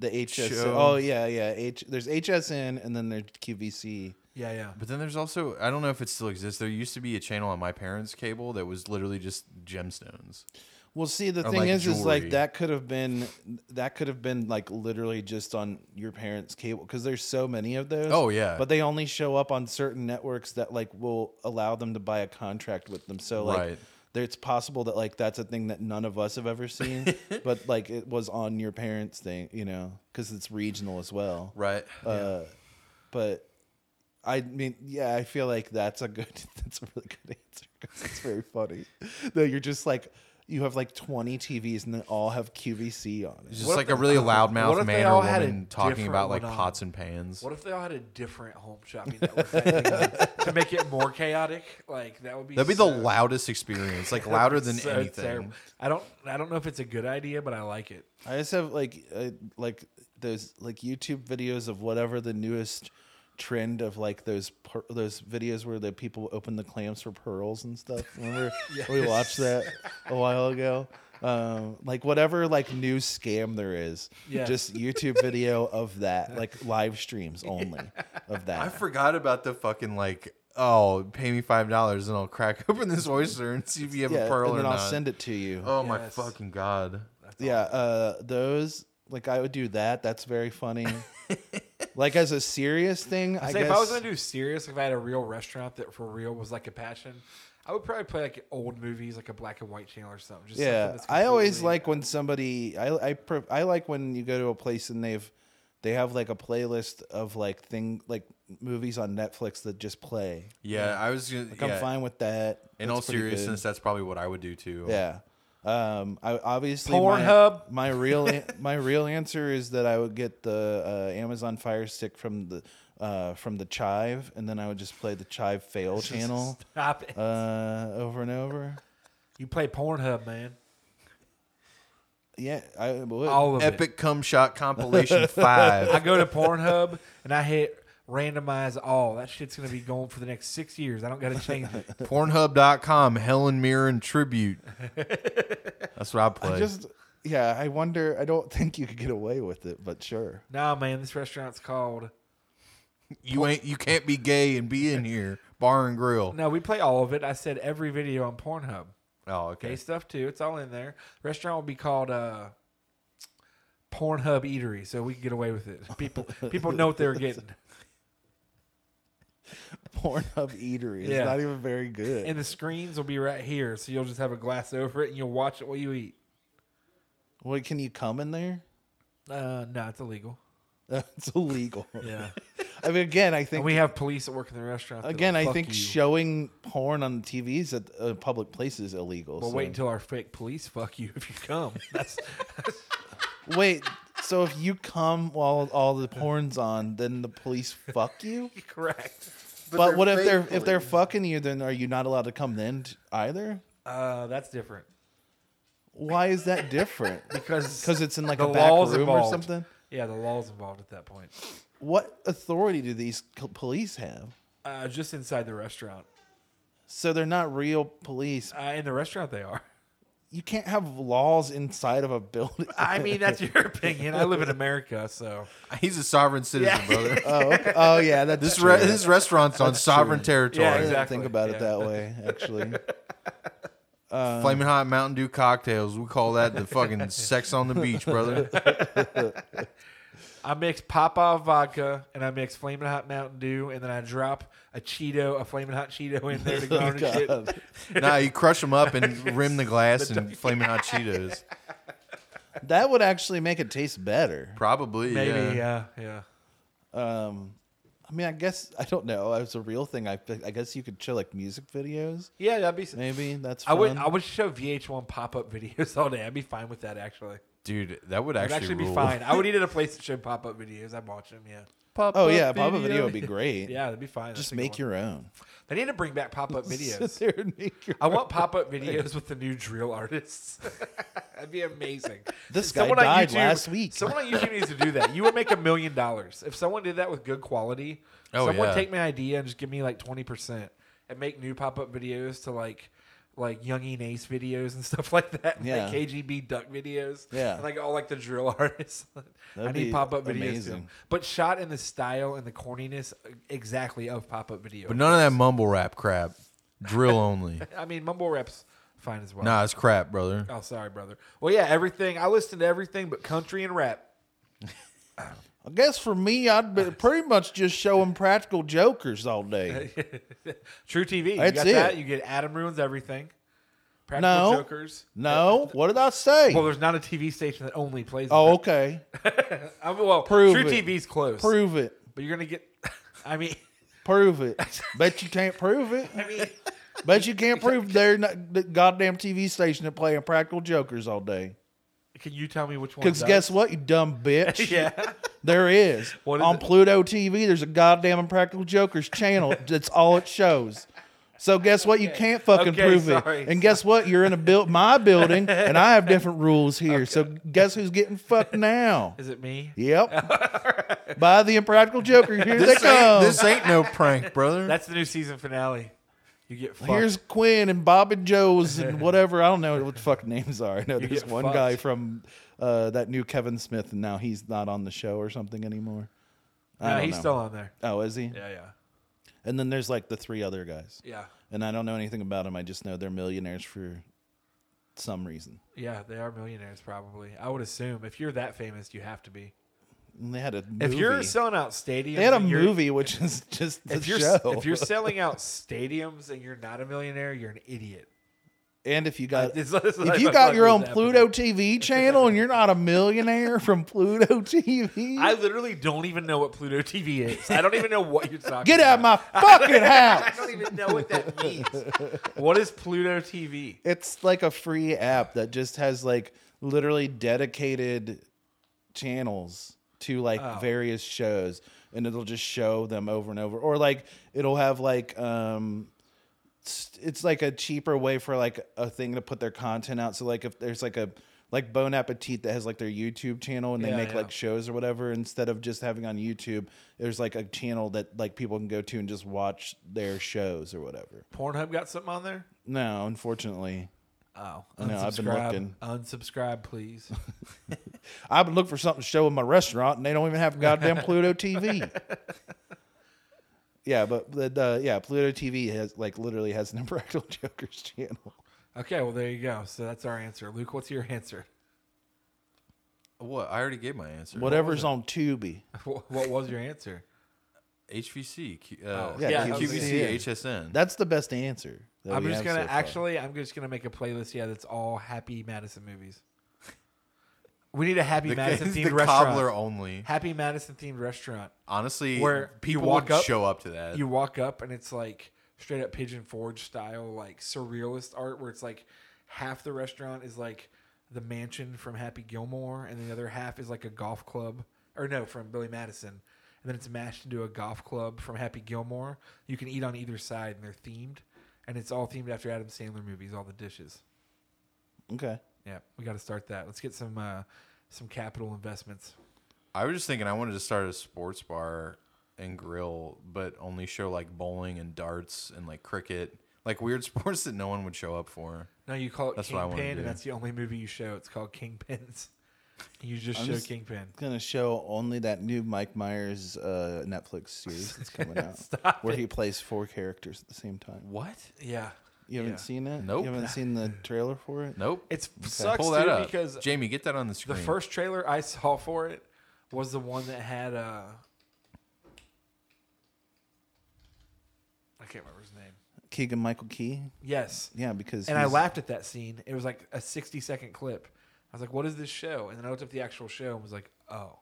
A: the HSN.
B: show.
A: Oh yeah, yeah. H. There's HSN and then there's QVC.
C: Yeah, yeah.
B: But then there's also I don't know if it still exists. There used to be a channel on my parents' cable that was literally just gemstones.
A: Well, see, the
B: Or,
A: thing
B: like,
A: is, is like
B: jewelry.
A: that could have been that could have been like literally just on your parents' cable because there's so many of those.
B: Oh, yeah.
A: but they only show up on certain networks that like will allow them to buy a contract with them. So like.
B: Right.
A: there- It's possible that like that's a thing that none of us have ever seen, but like it was on your parents' thing, you know, because it's regional as well.
B: Right.
A: Uh, but I mean, yeah, I feel like that's a good, that's a really good answer 'cause it's very funny. No, you're just like, you have like 20 TVs and they all have QVC on it.
B: just
C: What if
B: like
C: they-
B: a really
C: what
B: loudmouth
C: if they
B: man or
C: all had a
B: woman talking
C: different
B: about like
C: one on?
B: pots and pans.
C: What if they all had a different home shopping network type thing to make it more chaotic? Like that would be
B: That'd be
C: so,
B: the loudest experience, like louder than
C: so
B: anything.
C: terrible. I don't I don't know if it's a good idea, but I like it.
A: I just have like, uh, like those like YouTube videos of whatever the newest trend of like those per- those videos where the people open the clams for pearls and stuff. Remember we watched that a while ago. Um, like whatever like new scam there is,
C: Yes.
A: just YouTube video of that, like live streams only of that.
B: I forgot about the fucking like. Oh, pay me five dollars and I'll crack open this oyster and see if you have
A: yeah,
B: a pearl
A: and
B: or
A: then
B: not.
A: I'll send it to you.
B: Oh my
C: Yes.
B: fucking god!
A: yeah, uh, those like I would do that. That's very funny. like as a serious thing, I
C: Say,
A: guess.
C: if I was gonna do serious, if I had a real restaurant that for real was like a passion, I would probably play like old movies, like a black and white channel or something. Just something
A: yeah,
C: that's
A: I always
C: completely-
A: like when somebody. I I pre- I like when you go to a place and they've they have like a playlist of like thing like movies on Netflix that just play.
B: Yeah, I was gonna.
A: Like
B: yeah.
A: I'm fine with that.
B: In
A: That's
B: all
A: pretty good.
B: seriousness, that's probably what I would do too.
A: Yeah. Um, I obviously
C: Pornhub.
A: My, my real an- my real answer is that I would get the uh, Amazon Fire Stick from the uh, from the Chive, and then I would just play the Chive Fail channel
C: Stop it.
A: uh, over and over.
C: you play Pornhub, man.
A: Yeah, I would.
C: All of it.
B: Epic cum shot compilation
C: I
B: five.
C: go to Pornhub and I hit randomize all. That shit's gonna be going for the next six years. I don't gotta change it.
B: Pornhub.com Helen Mirren tribute. That's what I play.
A: I just yeah. I wonder. I don't think you could get away with it, but sure.
C: Nah, man, this restaurant's called.
B: you ain't you can't be gay and be in here. Bar and grill.
C: No, we play all of it. I said every video on Pornhub.
B: Oh,
C: Gay
B: okay.
C: stuff too. It's all in there. Restaurant will be called uh, Pornhub Eatery, so we can get away with it. People people know what they're getting.
A: Pornhub eatery is
C: Yeah.
A: not even very good.
C: And the screens will be right here, so you'll just have a glass over it and you'll watch it while you eat.
A: Wait, can you come in there?
C: Uh, no, it's illegal.
A: That's illegal.
C: Yeah,
A: I mean, again, I
C: and
A: think
C: we have police that work in the restaurant. that'll
A: Again, I
C: fuck
A: think
C: you.
A: showing porn on TVs at uh, public places is illegal.
C: Well,
A: so-
C: wait until our fake police fuck you if you come. That's
A: Wait, so if you come while all the porn's on, then the police fuck you?
C: correct.
A: But, what if they're if they're fucking you? Then are you not allowed to come then t- either?
C: Uh, that's different
A: Why is that different?
C: because
A: Because it's in like
C: the
A: a back
C: law's
A: room
C: involved.
A: or something.
C: Yeah, the law's involved at that point.
A: What authority do these co- police have?
C: Uh, just inside the restaurant.
A: So they're not real police.
C: Uh, in the restaurant, they are.
A: You can't have laws inside of a building.
C: I mean, that's your opinion. I live in America, so
B: He's a sovereign citizen, brother.
A: oh, okay. oh yeah, that's
B: This
A: true.
B: re- this restaurant's on sovereign territory.
A: I
C: Yeah,
A: didn't think
C: Exactly,
A: about
C: yeah.
A: it that way. Actually,
B: Flaming hot Mountain Dew cocktails. We call that the fucking sex on the beach, brother.
C: I mix Popeye vodka and I mix Flamin' Hot Mountain Dew, and then I drop a Cheeto, a Flamin' Hot Cheeto in there to garnish it.
A: Oh, God.
B: Nah, you crush them up and rim the glass and flaming hot Cheetos.
A: that would actually make it taste better.
B: Probably,
C: Maybe,
B: yeah.
C: yeah, yeah.
A: Um, I mean, I guess I don't know. It's a real thing. I I guess you could show like music videos.
C: Yeah, that'd be.
A: Maybe that's.
C: I
A: Fun.
C: would I would show VH1 pop up videos all day. I'd be fine with that actually.
B: Dude, that would
C: I'd
B: actually,
C: actually, be
B: rule.
C: fine. I would eat at a place that showed pop up videos. I'd watch them. Yeah,
A: oh yeah, pop up video would be great.
C: yeah, that'd be fine. That's
A: Just
C: a good
A: make
C: one.
A: your own.
C: They need to bring back pop up
A: Sit
C: videos.
A: there and make your.
C: I want pop up videos with the new drill artists. That'd be amazing.
A: This guy
C: Someone on
A: died last week.
C: Someone on YouTube needs to do that. You would make a million dollars if someone did that with good quality.
B: Oh,
C: someone
B: yeah.
C: take my idea and just give me like twenty percent and make new pop up videos to like like Young and Ace videos and stuff like that. and,
A: Yeah.
C: Like KGB duck videos.
A: Yeah.
C: And like all like the drill artists. I
A: That'd
C: need
A: be
C: pop up videos too.
A: amazing.
C: But shot in the style and the corniness uh, exactly of pop up video.
B: But none of that mumble rap crap. Drill only.
C: I mean mumble raps fine as well.
B: nah, it's crap, brother.
C: Oh, sorry, brother. Well, yeah, everything. I listen to everything but country and rap.
A: I guess for me, I'd be pretty much just showing practical jokers all day.
C: True TV.
A: That's
C: you got
A: it.
C: that. You get Adam ruins everything. Practical
A: No.
C: Jokers.
A: No, what did I say?
C: Uh, Well, there's not a TV station that only plays.
A: oh,
C: that.
A: okay.
C: I mean, well,
A: prove
C: True
A: it.
C: TV's close.
A: Prove it.
C: But you're gonna get. I mean,
A: Prove it. Bet you can't prove it.
C: I mean,
A: Bet you can't prove they're not the goddamn TV station that playing practical jokers all day.
C: can you tell me which one?
A: Because
C: does?
A: guess what, you dumb bitch?
C: Yeah.
A: There is.
C: What is
A: On
C: it?
A: Pluto TV, there's a goddamn Impractical Jokers channel. That's all it shows. So guess what? You can't fucking
C: Okay,
A: prove
C: sorry.
A: it. And guess what? You're in a built my building, and I have different rules here. So guess who's getting fucked now?
C: Is it me?
A: Yep. By the impractical joker, here they come.
B: this ain't no prank, brother.
C: That's the new season finale. You get fucked.
A: Here's Quinn and Bob and Joe's and whatever. I don't know what the fuck names are. I know
C: You
A: there's
C: get
A: one
C: fucked.
A: guy from uh, that new Kevin Smith, and now he's not on the show or something anymore. I
C: no,
A: don't
C: he's
A: know.
C: still on there.
A: Oh, is he?
C: Yeah, yeah,
A: And then there's like the three other guys,
C: yeah,
A: and I don't know anything about them. I just know they're millionaires for some reason.
C: yeah. They are millionaires, probably. I would assume if you're that famous, you have to be.
A: And they had a movie.
C: If you're selling out stadiums,
A: they had a
C: and you're-
A: movie, which is just the
C: If you're
A: show.
C: if you're selling out stadiums and you're not a millionaire, you're an idiot.
A: and if you got
C: It's- it's like
A: if you
C: my
A: got your
C: fucking
A: own
C: zapper.
A: Pluto TV channel and you're not a millionaire from Pluto TV,
C: I literally don't even know what Pluto TV is. I don't even know what you're talking.
A: Get out of
C: about.
A: my fucking
C: I
A: house.
C: don't even know what that means. what is Pluto TV?
A: It's like a free app that just has like literally dedicated channels to like
C: Oh.
A: various shows and it'll just show them over and over or like it'll have like um it's, it's like a cheaper way for like a thing to put their content out so like if there's like a like Bon Appetit that has like their YouTube channel and they
C: Yeah,
A: make
C: yeah.
A: like shows or whatever instead of just having on YouTube there's like a channel that like people can go to and just watch their shows or whatever.
C: Pornhub got something on there?
A: No, unfortunately.
C: Oh,
A: No, I've been
C: unsubscribe.
A: looking.
C: Unsubscribe, please.
A: I would look for something to show in my restaurant, and they don't even have goddamn Pluto TV. yeah, but the, uh, yeah, Pluto TV has like literally has an Impractical Jokers channel.
C: okay, well there you go. So that's our answer. Luke, what's your answer?
B: what? I already gave my answer.
A: Whatever's on Tubi.
C: What what was your answer?
B: HVC, Q- uh,
A: Yeah,
C: Yeah,
A: yeah.
B: QVC, HSN.
A: That's the best answer. that
C: I'm
A: we
C: just
A: have
C: gonna
A: so far.
C: actually. I'm just gonna make a playlist. Yeah, that's all Happy Madison movies. We need a Happy
B: the,
C: Madison
B: the
C: themed restaurant.
B: cobbler only.
C: Happy Madison themed restaurant.
B: Honestly,
C: Where you
B: people
C: walk
B: would
C: up-
B: show up to that.
C: You walk up and it's like straight up Pigeon Forge style, like surrealist art, where it's like half the restaurant is like the mansion from Happy Gilmore, and the other half is like a golf club, or no, from Billy Madison. And then it's mashed into a golf club from Happy Gilmore. You can eat on either side, and they're themed, and it's all themed after Adam Sandler movies. All the dishes.
A: okay.
C: Yeah, we got to start that. Let's get some uh, some capital investments.
B: I was just thinking I wanted to start a sports bar and grill, but only show like bowling and darts and like cricket, like weird sports that no one would show up for.
C: No, you call it
B: That's what I wanna
C: Kingpin,
B: do.
C: and that's the only movie you show. It's called Kingpins. You just show
A: just-
C: Kingpin.
A: It's gonna show only that new Mike Myers uh, Netflix series that's coming out, where he plays four characters at the same time.
B: What?
C: Yeah,
A: You haven't
C: Yeah.
A: seen it?
B: Nope.
A: You haven't seen the trailer for it?
B: Nope.
C: it's sucks
B: Pull that
C: dude,
B: up,
C: because
B: Jamie, get that on the screen.
C: the first trailer I saw for it was the one that had uh, I can't remember his name.
A: Keegan Michael Key.
C: Yes,
A: Yeah, because
C: and I
A: he's-
C: laughed at that scene. It was like a sixty second clip. I was like, "What is this show?" And then I looked up the actual show and was like, "Oh,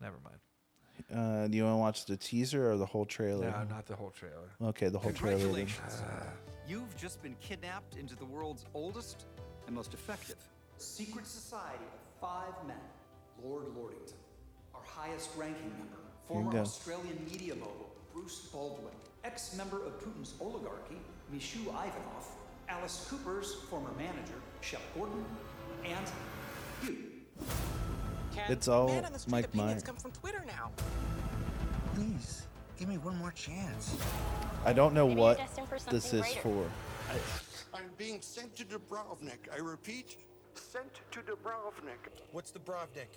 C: never mind."
A: Uh, do you want to watch the teaser or the whole trailer?
C: No, not the whole trailer.
A: Okay, the whole trailer. then.
J: You've just been kidnapped into the world's oldest and most effective secret society of five men. Lord Lordington, our highest ranking member, former
A: go.
J: Australian media mogul Bruce Baldwin, ex member of Putin's oligarchy, Mishu Ivanov, Alice Cooper's former manager, Shep Gordon, and you.
A: It's
C: Oh,
A: all
H: Man on the street
A: Mike
H: opinions
A: Myers.
H: come from Twitter now.
J: Please, give me one more chance.
A: I don't know
E: Maybe you're
A: what
E: destined for
A: this
E: something
A: is for.
H: I'm being sent to Dubrovnik. I repeat, sent to Dubrovnik. What's Dubrovnik?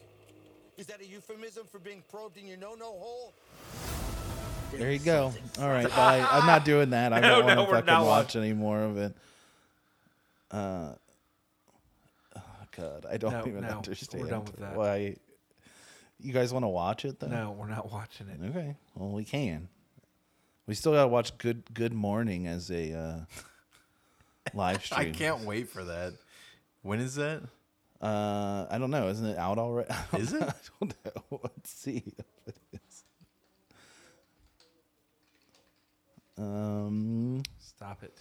H: Is that a euphemism for being probed in your no-no hole?
A: There you go. All right, bye. I'm not doing that. I don't
C: no,
A: want to
C: we're not
A: fucking watch any more of it. Uh, oh God, I don't
C: No,
A: even
C: no, we're
A: understand
C: done with that.
A: why. You guys want to watch it though?
C: No, we're not watching it.
A: Okay. Well, we can. We still gotta watch Good Good Morning as a uh, live stream.
B: I can't wait for that. When is that?
A: Uh, I don't know. Isn't it out already?
B: Is it?
A: I don't know. Let's see if it is. Um,
C: Stop it.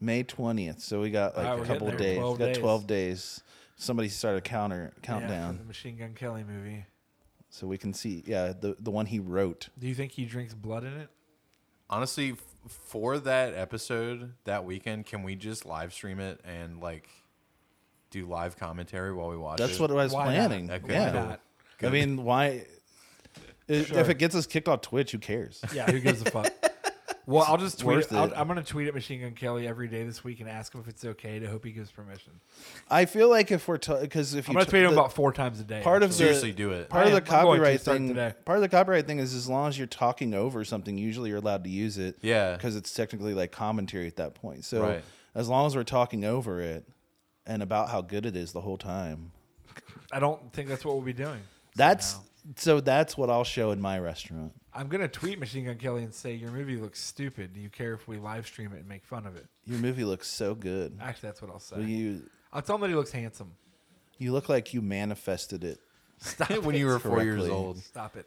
A: May twentieth. So we got like
C: Wow, Ah, we're
A: a
C: getting
A: couple
C: there.
A: days.
C: 12
A: we got
C: days.
A: twelve days. Somebody start a counter
C: Yeah,
A: countdown
C: the Machine Gun Kelly movie.
A: so we can see. Yeah, the the one he wrote.
C: Do you think he drinks blood in it?
B: Honestly, f- for that episode that weekend, can we just live stream it and like do live commentary while we watch it?
A: That's what I was planning.
B: Okay,
A: Yeah.
B: cool.
A: I
B: Good.
A: mean, why? i-
C: Sure.
A: If it gets us kicked off Twitch, who cares?
C: Yeah, who gives a fuck? Well, I'll just
A: It's
C: tweet.
A: worth
C: It. I'll,
A: it.
C: I'm gonna tweet at Machine Gun Kelly every day this week and ask him if it's okay. To hope he gives permission.
A: I feel like if we're because if you
C: I'm gonna
A: t-
C: tweet him
A: the-
C: about four times a day.
A: part of the,
C: actually.
B: Seriously, do it.
A: Part of
C: I
A: the
C: am. I'm going to
A: copyright
C: start
A: thing.
C: today.
A: Part of the copyright thing is as long as you're talking over something, usually you're allowed to use it.
B: Yeah.
A: because it's technically like commentary at that point. So
B: Right.
A: as long as we're talking over it and about how good it is the whole time,
C: I don't think that's what we'll be doing.
A: that's so that's what I'll show in my restaurant.
C: I'm gonna tweet Machine Gun Kelly and say your movie looks stupid. Do you care if we live stream it and make fun of it?
A: Your movie looks so good.
C: Actually, that's what I'll say.
A: Will you
C: I'll tell him that he looks handsome.
A: you look like you manifested it.
C: Stop
B: when
C: it.
B: you were four years
A: Correctly.
B: old.
C: Stop it.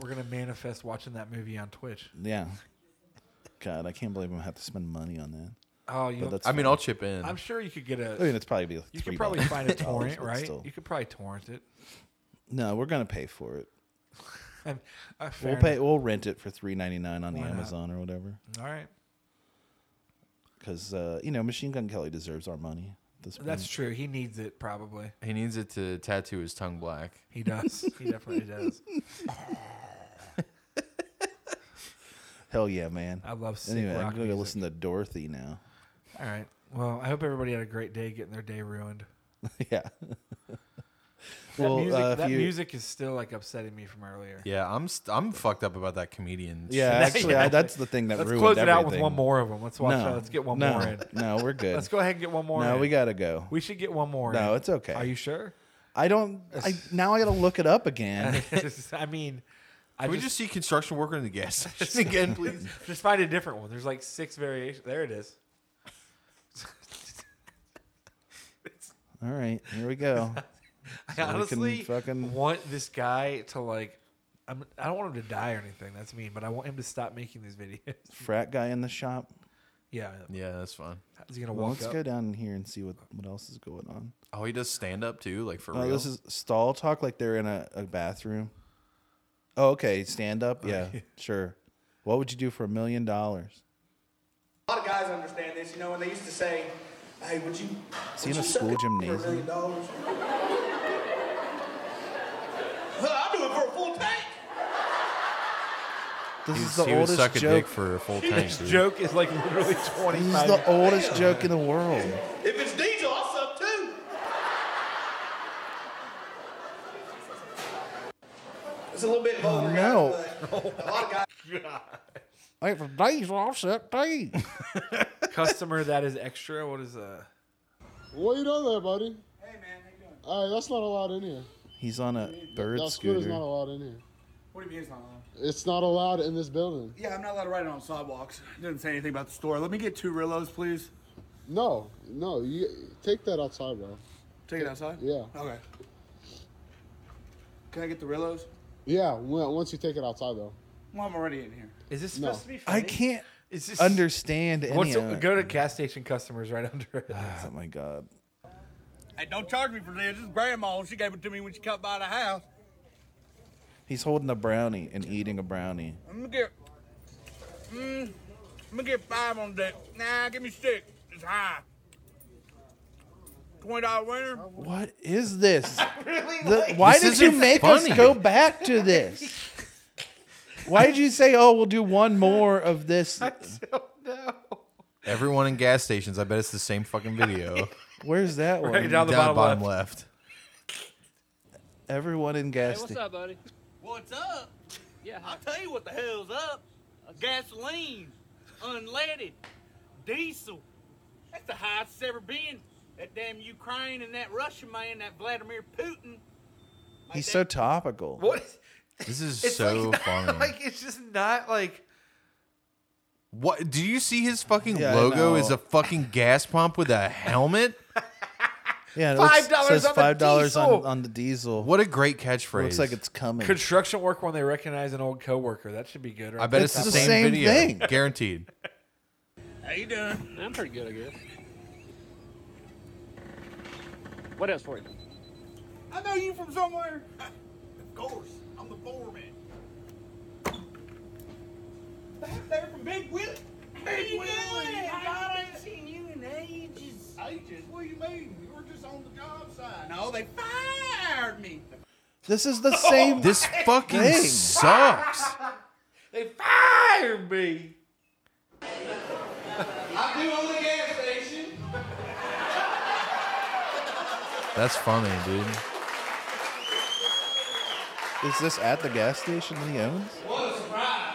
C: We're gonna manifest watching that movie on Twitch.
A: Yeah. God, I can't believe I'm gonna have to spend money on that.
C: Oh, you.
A: But
C: know,
A: that's
B: I mean, I'll chip in.
C: I'm sure you could get a.
A: I mean, it's probably be like
C: you
A: $3,
C: could probably find a
A: $4,
C: torrent,
A: but
C: right?
A: still.
C: You could probably torrent it.
A: No, we're gonna pay for it.
C: And, uh, fair
A: we'll
C: enough.
A: pay. We'll rent it for three ninety nine on
C: Why not?
A: Amazon or whatever.
C: All right.
A: Because uh, you know, Machine Gun Kelly deserves our money. at This
C: That's
A: point.
C: true. He needs it probably.
B: he needs it to tattoo his tongue black.
C: He does. he definitely does.
A: hell yeah, man.
C: I love sick
A: Anyway,
C: rock
A: I'm gonna go
C: music.
A: listen to Dorothy now.
C: All right. Well, I hope everybody had a great day getting their day ruined.
A: yeah.
C: That music,
A: uh, if
C: that
A: you-
C: music is still like upsetting me from earlier.
B: Yeah, I'm st- I'm fucked up about that comedian.
A: Yeah,
B: shit.
A: actually, I, that's the thing that
C: Let's
A: ruined
C: close it out with
A: everything.
C: one more of them. Let's watch.
A: No,
C: uh, let's get one
A: no,
C: more in.
A: No, we're good.
C: Let's go ahead and get one more.
A: No,
C: in.
A: we gotta go.
C: We should get one more.
A: No,
C: in.
A: it's okay.
C: Are you sure?
A: I don't. I now I gotta look it up again.
C: I mean, I
B: Can we
C: just,
B: just see construction worker in the gas station again, please?
C: just find a different one. There's like six variations. There it is.
A: All right, here we go.
C: I
A: So we can
C: honestly
A: fucking-
C: want this guy to like. I'm, I don't want him to die or anything. That's mean, but I want him to stop making these videos.
A: Frat guy in the shop.
C: yeah,
B: yeah, that's fun.
C: is he gonna
A: Well,
C: walk
A: let's
C: up?
A: go down here and see what what else is going on.
B: Oh, he does stand up too, like for
A: Oh,
B: real.
A: this is stall talk like they're in a, a bathroom. Oh, okay. Stand up. Yeah, sure. What would you do for a million dollars?
K: A lot of guys understand this, you know, when they used to say, hey, would you.
A: Is he in a
K: would you suck
A: school
K: for
A: gymnasium?
K: A million dollars. I'll do it for a full tank.
A: This
B: He-
A: is the
B: he would
A: oldest
B: suck a
A: joke.
B: dick for a full tank.
C: This
B: dude.
C: joke is like literally
A: This is
C: 25.
A: the oldest joke in the world.
K: If it's diesel, I'll suck too. It's a little bit vulgar. guys,
A: No.
K: but a lot of guys.
A: Wait for days offset days.
C: Customer that is extra. What is uh?
I: What you doing there, buddy? Hey, man, how you doing? All right, that's not allowed in here.
A: He's on a bird
I: that scooter's not
A: scooter.
I: allowed in here.
K: What do you mean it's not allowed?
I: It's not allowed in this building.
K: Yeah, I'm not allowed to ride it on sidewalks. It doesn't say anything about the store. Let me get two Rillos, please.
I: No, no, you take that outside, bro.
K: Take it outside?
I: Yeah,
K: Okay. Can I get the Rillos?
I: yeah. on- Once you take it outside, though.
K: Well, I'm already in here.
C: Is this
I: No.
C: supposed to be? Funny?
A: I can't
C: Is this
A: understand any
C: What's
A: of it.
C: go to gas station customers right under it?
A: Oh my god.
K: Hey, don't charge me for this. This is grandma. She gave it to me when she come by the house.
A: He's holding a brownie and eating a brownie.
K: I'm gonna get. Mm, I'm gonna get five on that. Nah, give me six. It's high. Twenty dollar winner.
A: What is this? The- why did
B: This
A: you
B: isn't
A: make
B: funny.
A: us go back to this? Why did you say, "Oh, we'll do one more of this"?
B: Everyone in gas stations. I bet it's the same fucking video.
A: Where's that one?
C: Right down the
B: Down
C: bottom, left.
B: left.
A: Everyone in gas. sta-
L: up, buddy?
K: What's up?
L: Yeah.
K: I'll tell you what the hell's up. Gasoline, unleaded, diesel. That's the highest it's ever been. That damn Ukraine and that Russian man, that Vladimir Putin.
A: He's so topical.
C: What? is-
B: This is
C: It's
B: so
C: like,
B: funny.
C: Like it's just not like.
B: what? Do you see his fucking
A: Yeah, I
B: logo
A: know.
B: is a fucking gas pump with a helmet?
A: Yeah, it looks-
C: $5
A: says
C: on the
A: five dollars on,
C: diesel.
A: on the diesel.
B: What a great catchphrase.
A: Looks like it's coming.
C: Construction work when they recognize an old coworker. That should be good. Right?
B: I bet it's,
A: It's
B: the,
A: the
B: same,
A: same
B: video.
A: thing.
B: Guaranteed.
K: How you doing?
L: I'm pretty good, I guess. What else for you?
K: I know you from somewhere. of course, I'm the foreman. back there from Big Willie.
L: Where you
K: doing? God, I ain't
L: seen you in ages. Ages? What do you mean? You were just on the job site.
K: No, they fired me.
A: This is the same.
B: This fucking
A: thing.
B: sucks.
K: They fired me.
L: I do own the gas station.
B: That's funny, dude.
A: Is this at the gas station that he owns?
L: What a surprise.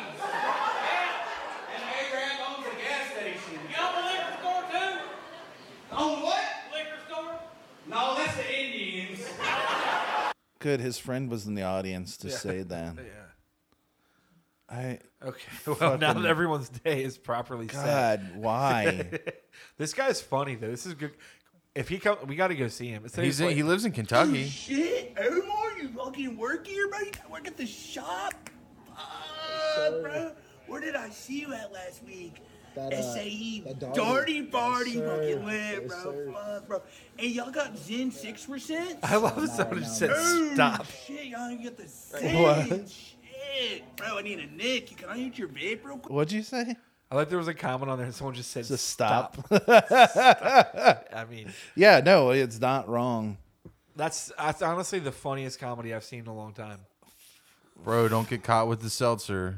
L: and Abraham owns the gas station. You own the liquor store too? Own what? Liquor store? No, that's the Indians.
A: Good, his friend was in the audience to say that. I
C: Okay. Well, now
A: fucking-
C: that everyone's day is properly set.
A: God, why?
C: this guy's funny though. This is good. If he comes, we got to go see him. It's
B: He's in- he lives in Kentucky.
K: Shit, Omar, you fucking work here, bro? You work at the shop? Fuck, bro. Where did I see you at last week?
I: That, uh,
K: SAE
I: that Darty.
K: Dirty
I: Yes,
K: Party
I: sir.
K: fucking lit,
I: Yes,
K: bro.
I: sir.
K: Fuck, bro. And y'all got Zen 6%?
C: I love that someone just said
K: Oh,
C: stop.
K: Shit, y'all ain't got the Zen.
A: What?
K: Shit, bro, I need a nick. Can I hit your vape real quick?
A: What'd you say?
C: I like there was a comment on there and someone just said
A: Just stop.
C: Stop. I mean,
A: yeah, no, it's not wrong.
C: that's that's honestly the funniest comedy I've seen in a long time.
B: Bro, don't get caught with the seltzer.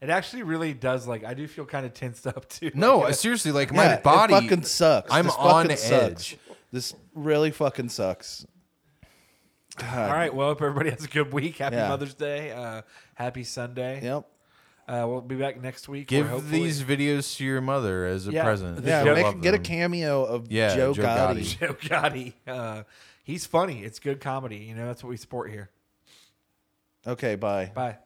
C: It actually really does. Like I do feel kind of tensed up too.
B: No,
C: Like, uh,
B: seriously, like
A: Yeah,
B: my body
A: it fucking sucks.
B: I'm
A: This
B: on
A: fucking
B: edge.
A: sucks. This really fucking sucks. God.
C: All right. Well, hope everybody has a good week. Happy
A: Yeah.
C: Mother's Day. Uh, happy Sunday.
A: Yep.
C: Uh, we'll be back next week. where
B: Give
C: hopefully-
B: these videos to your mother as a
C: Yeah.
B: present.
A: Yeah,
B: She'll
A: make-
B: love
A: get a
B: them.
A: cameo of
B: Yeah,
A: Joe,
B: Joe
A: Gotti.
B: Gotti.
C: Joe Gotti. Uh, he's funny. It's good comedy. You know, that's what we support here.
A: Okay, bye.
C: Bye.